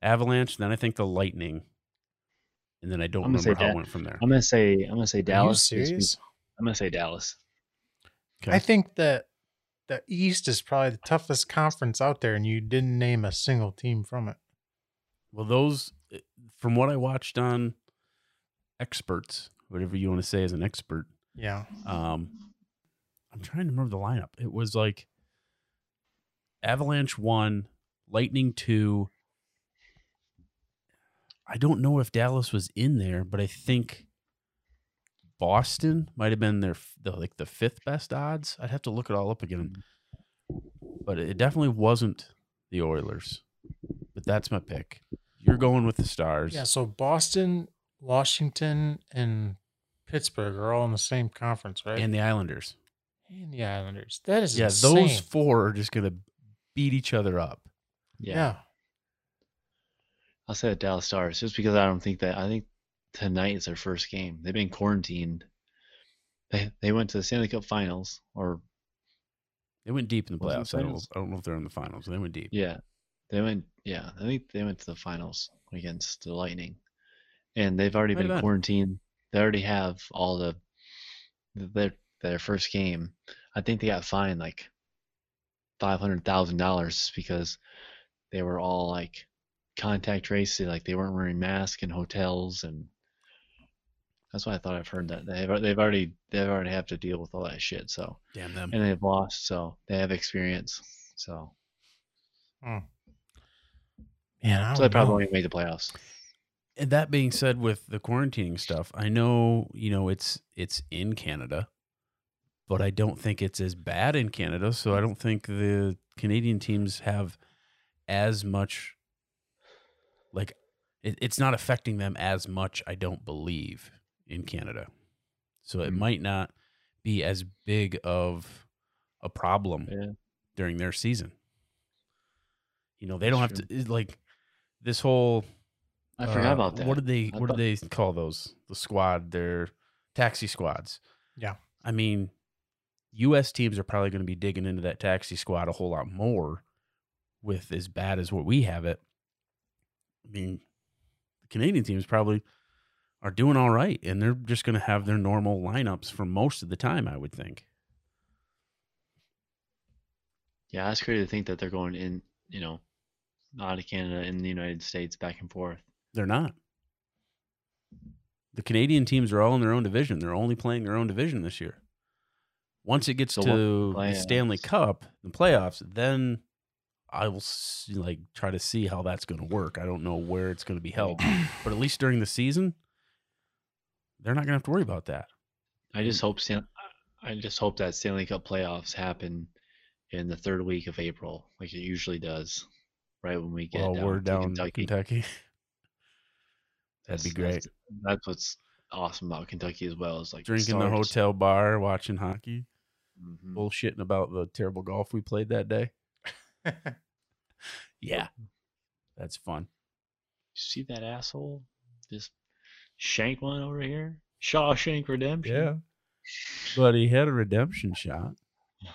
Avalanche, then I think the Lightning, and then I don't I'm gonna say remember how it Da- went from there. I'm gonna say. I'm gonna say Dallas. Are you because we- serious? I'm gonna say Dallas. Okay. I think that the East is probably the toughest conference out there, and you didn't name a single team from it. Well, those, eh, from what I watched on experts, whatever you want to say as an expert, Yeah. Um, I'm trying to remember the lineup. It was like Avalanche one, Lightning two. I don't know if Dallas was in there, but I think Boston might have been their f- the, like the fifth best odds. I'd have to look it all up again, but it definitely wasn't the Oilers. But that's my pick. You're going with the Stars. Yeah. So Boston, Washington, and Pittsburgh are all in the same conference, right? and the Islanders. And the Islanders. That is Yeah, insane. those four are just gonna beat each other up. Yeah. I'll say the Dallas Stars just because I don't think that I think tonight is their first game. They've been quarantined. They they went to the Stanley Cup Finals or They went deep in the Was it the playoffs. I don't, finals? I don't know if they're in the finals. They went deep. yeah, they went yeah I think they went to the finals against the Lightning, and they've already Right been on. quarantined. They already have all the their their first game. I think they got fined like five hundred thousand dollars because they were all like contact tracing, like they weren't wearing masks in hotels, and that's why I thought I've heard that they've they've already they've already have to deal with all that shit. So Damn them. and they've lost, so they have experience. So Man, I so they don't probably know. won't even make the playoffs. And that being said, with the quarantining stuff, I know you know it's it's in Canada, but I don't think it's as bad in Canada. So I don't think the Canadian teams have as much. Like, it, it's not affecting them as much. I don't believe in Canada, so it Hmm. might not be as big of a problem Yeah. during their season. You know, they don't That's have to it- like this whole I uh, forgot about that. What did they I what did they call those? The squad, their taxi squads. Yeah. I mean, US teams are probably going to be digging into that taxi squad a whole lot more with as bad as what we have it. I mean, the Canadian teams probably are doing all right and they're just going to have their normal lineups for most of the time, I would think. Yeah, it's crazy to think that they're going in, you know, out of Canada in the United States back and forth. They're not. The Canadian teams are all in their own division. They're only playing their own division this year. Once it gets So what- to the Stanley playoffs. Cup, the playoffs, then I will s like try to see how that's going to work. I don't know where it's going to be held, but at least during the season, they're not going to have to worry about that. I Mm. just hope Stan- I just hope that Stanley Cup playoffs happen in the third week of April, like it usually does, right when we get well, down we're to down Kentucky. Kentucky. That'd be That's- great. That's, that's what's awesome about Kentucky as well is like Drinking the stars. hotel bar, watching hockey, Mhm. bullshitting about the terrible golf we played that day. Yeah. That's fun. You see that asshole just shank one over here? Shawshank Redemption. But he had a redemption shot.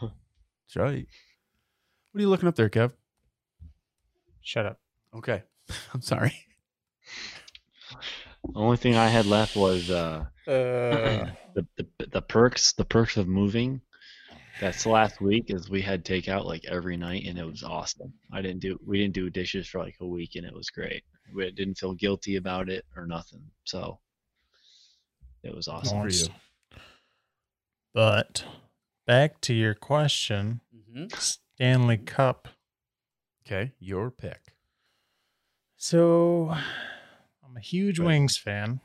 That's right. What are you looking up there, Kev? Shut up. Okay. I'm sorry. The only thing I had left was uh, Uh, the, the the perks the perks of moving. That's last week is we had takeout like every night and it was awesome. I didn't do we didn't do dishes for like a week and it was great. We didn't feel guilty about it or nothing. So it was awesome. for you. But back to your question, Mm-hmm. Stanley Cup. Okay. Your pick. So I'm a huge Right. Wings fan,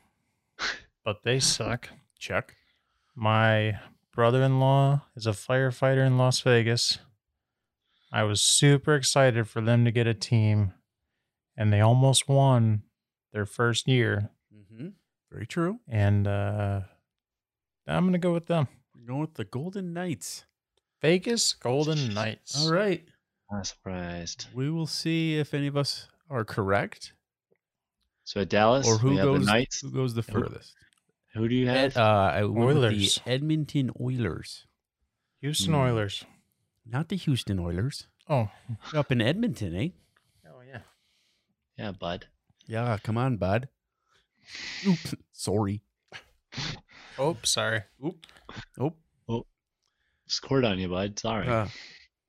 but they suck. Check. My brother in law is a firefighter in Las Vegas. I was super excited for them to get a team, and they almost won their first year. Mm-hmm. Very true. And uh, I'm going to go with them. We're going with the Golden Knights. Vegas Golden Knights. All right. Not surprised. We will see if any of us are correct So at Dallas, or who we have goes the Knights. who goes the and who- furthest. Who do you Ed, have? uh, I went with Oilers. the Edmonton Oilers, Houston Hmm. Oilers. not the Houston Oilers. Oh. Up in Edmonton, eh? Oh, yeah. yeah, bud. Yeah, come on, bud. Oops, sorry. Oh, sorry. Oh, Scored on you, bud. Sorry. uh,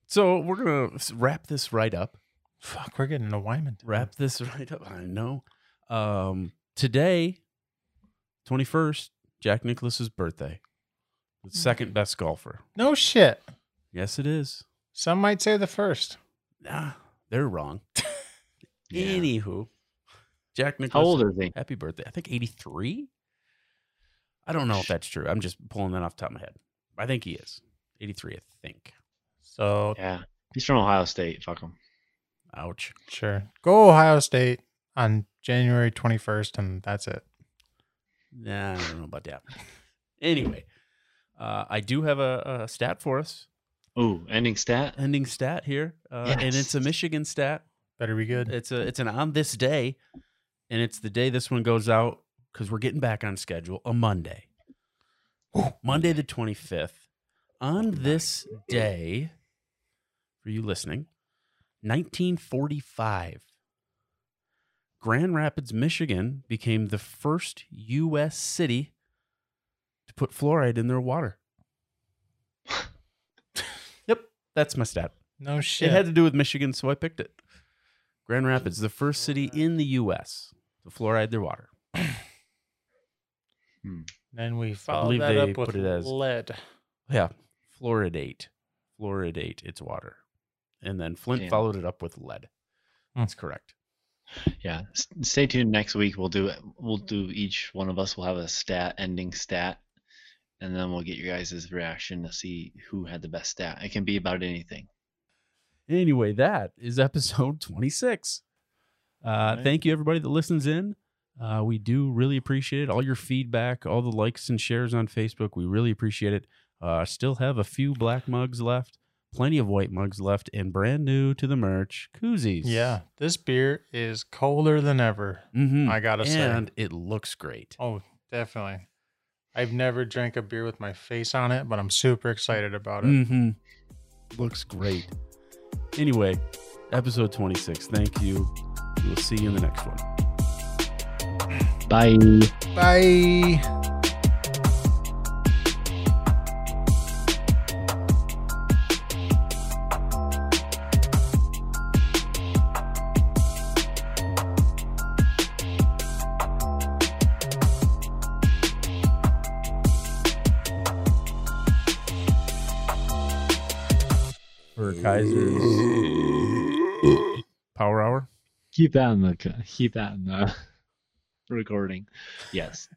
so we're gonna s- wrap this right up. Fuck, we're getting a Wyman. today. Wrap this right up. I know. Um, today, twenty first, Jack Nicholas's birthday. The Mm. second best golfer. No shit. Yes, it is. Some might say the first. Nah, they're wrong. Yeah. Anywho, Jack Nicholas. How old are they? Happy birthday. I think 83. I don't know if that's true. I'm just pulling that off the top of my head. I think he is. 83, I think. So, Yeah, he's from Ohio State. Fuck him. Ouch. sure. Go Ohio State on January 21st, and that's it. Nah, I don't know about that. Anyway, uh, I do have a, a stat for us, Ooh, ending stat. ending stat here, uh, and it's a Yes. Michigan stat. Better be good. It's a it's an on this day, and it's the day this one goes out because we're getting back on schedule. A Monday, Monday the twenty fifth. On this day, for you listening, nineteen forty five, Grand Rapids, Michigan became the first U.S. city to put fluoride in their water. yep, that's my stat. No shit. It had to do with Michigan, so I picked it. Grand Rapids, the first city in the U.S. to fluoride their water. then we followed believe that they up with put it as- lead. Yeah, fluoridate, fluoridate its water, and then Flint Damn. followed it up with lead. Hmm. That's correct. Yeah. S- stay tuned next week. We'll do we'll do each one of us will have a stat ending stat, and then we'll get your guys' reaction to see who had the best stat. It can be about anything. Anyway, that is episode twenty six. Uh, Alright. Thank you, everybody that listens in. Uh, we do really appreciate it. All your feedback, all the likes and shares on Facebook, we really appreciate it. Uh, still have a few black mugs left, plenty of white mugs left, and brand new to the merch koozies. Yeah, this beer is colder than ever. Mm-hmm. I gotta and say. it looks great. Oh, definitely. I've never drank a beer with my face on it, but I'm super excited about it. Mm-hmm. Looks great. Anyway, episode 26. Thank you. We'll see you in the next one. Bye. Bye. for Kaiser's Power Hour. Keep that in the keep that in the recording. Yes,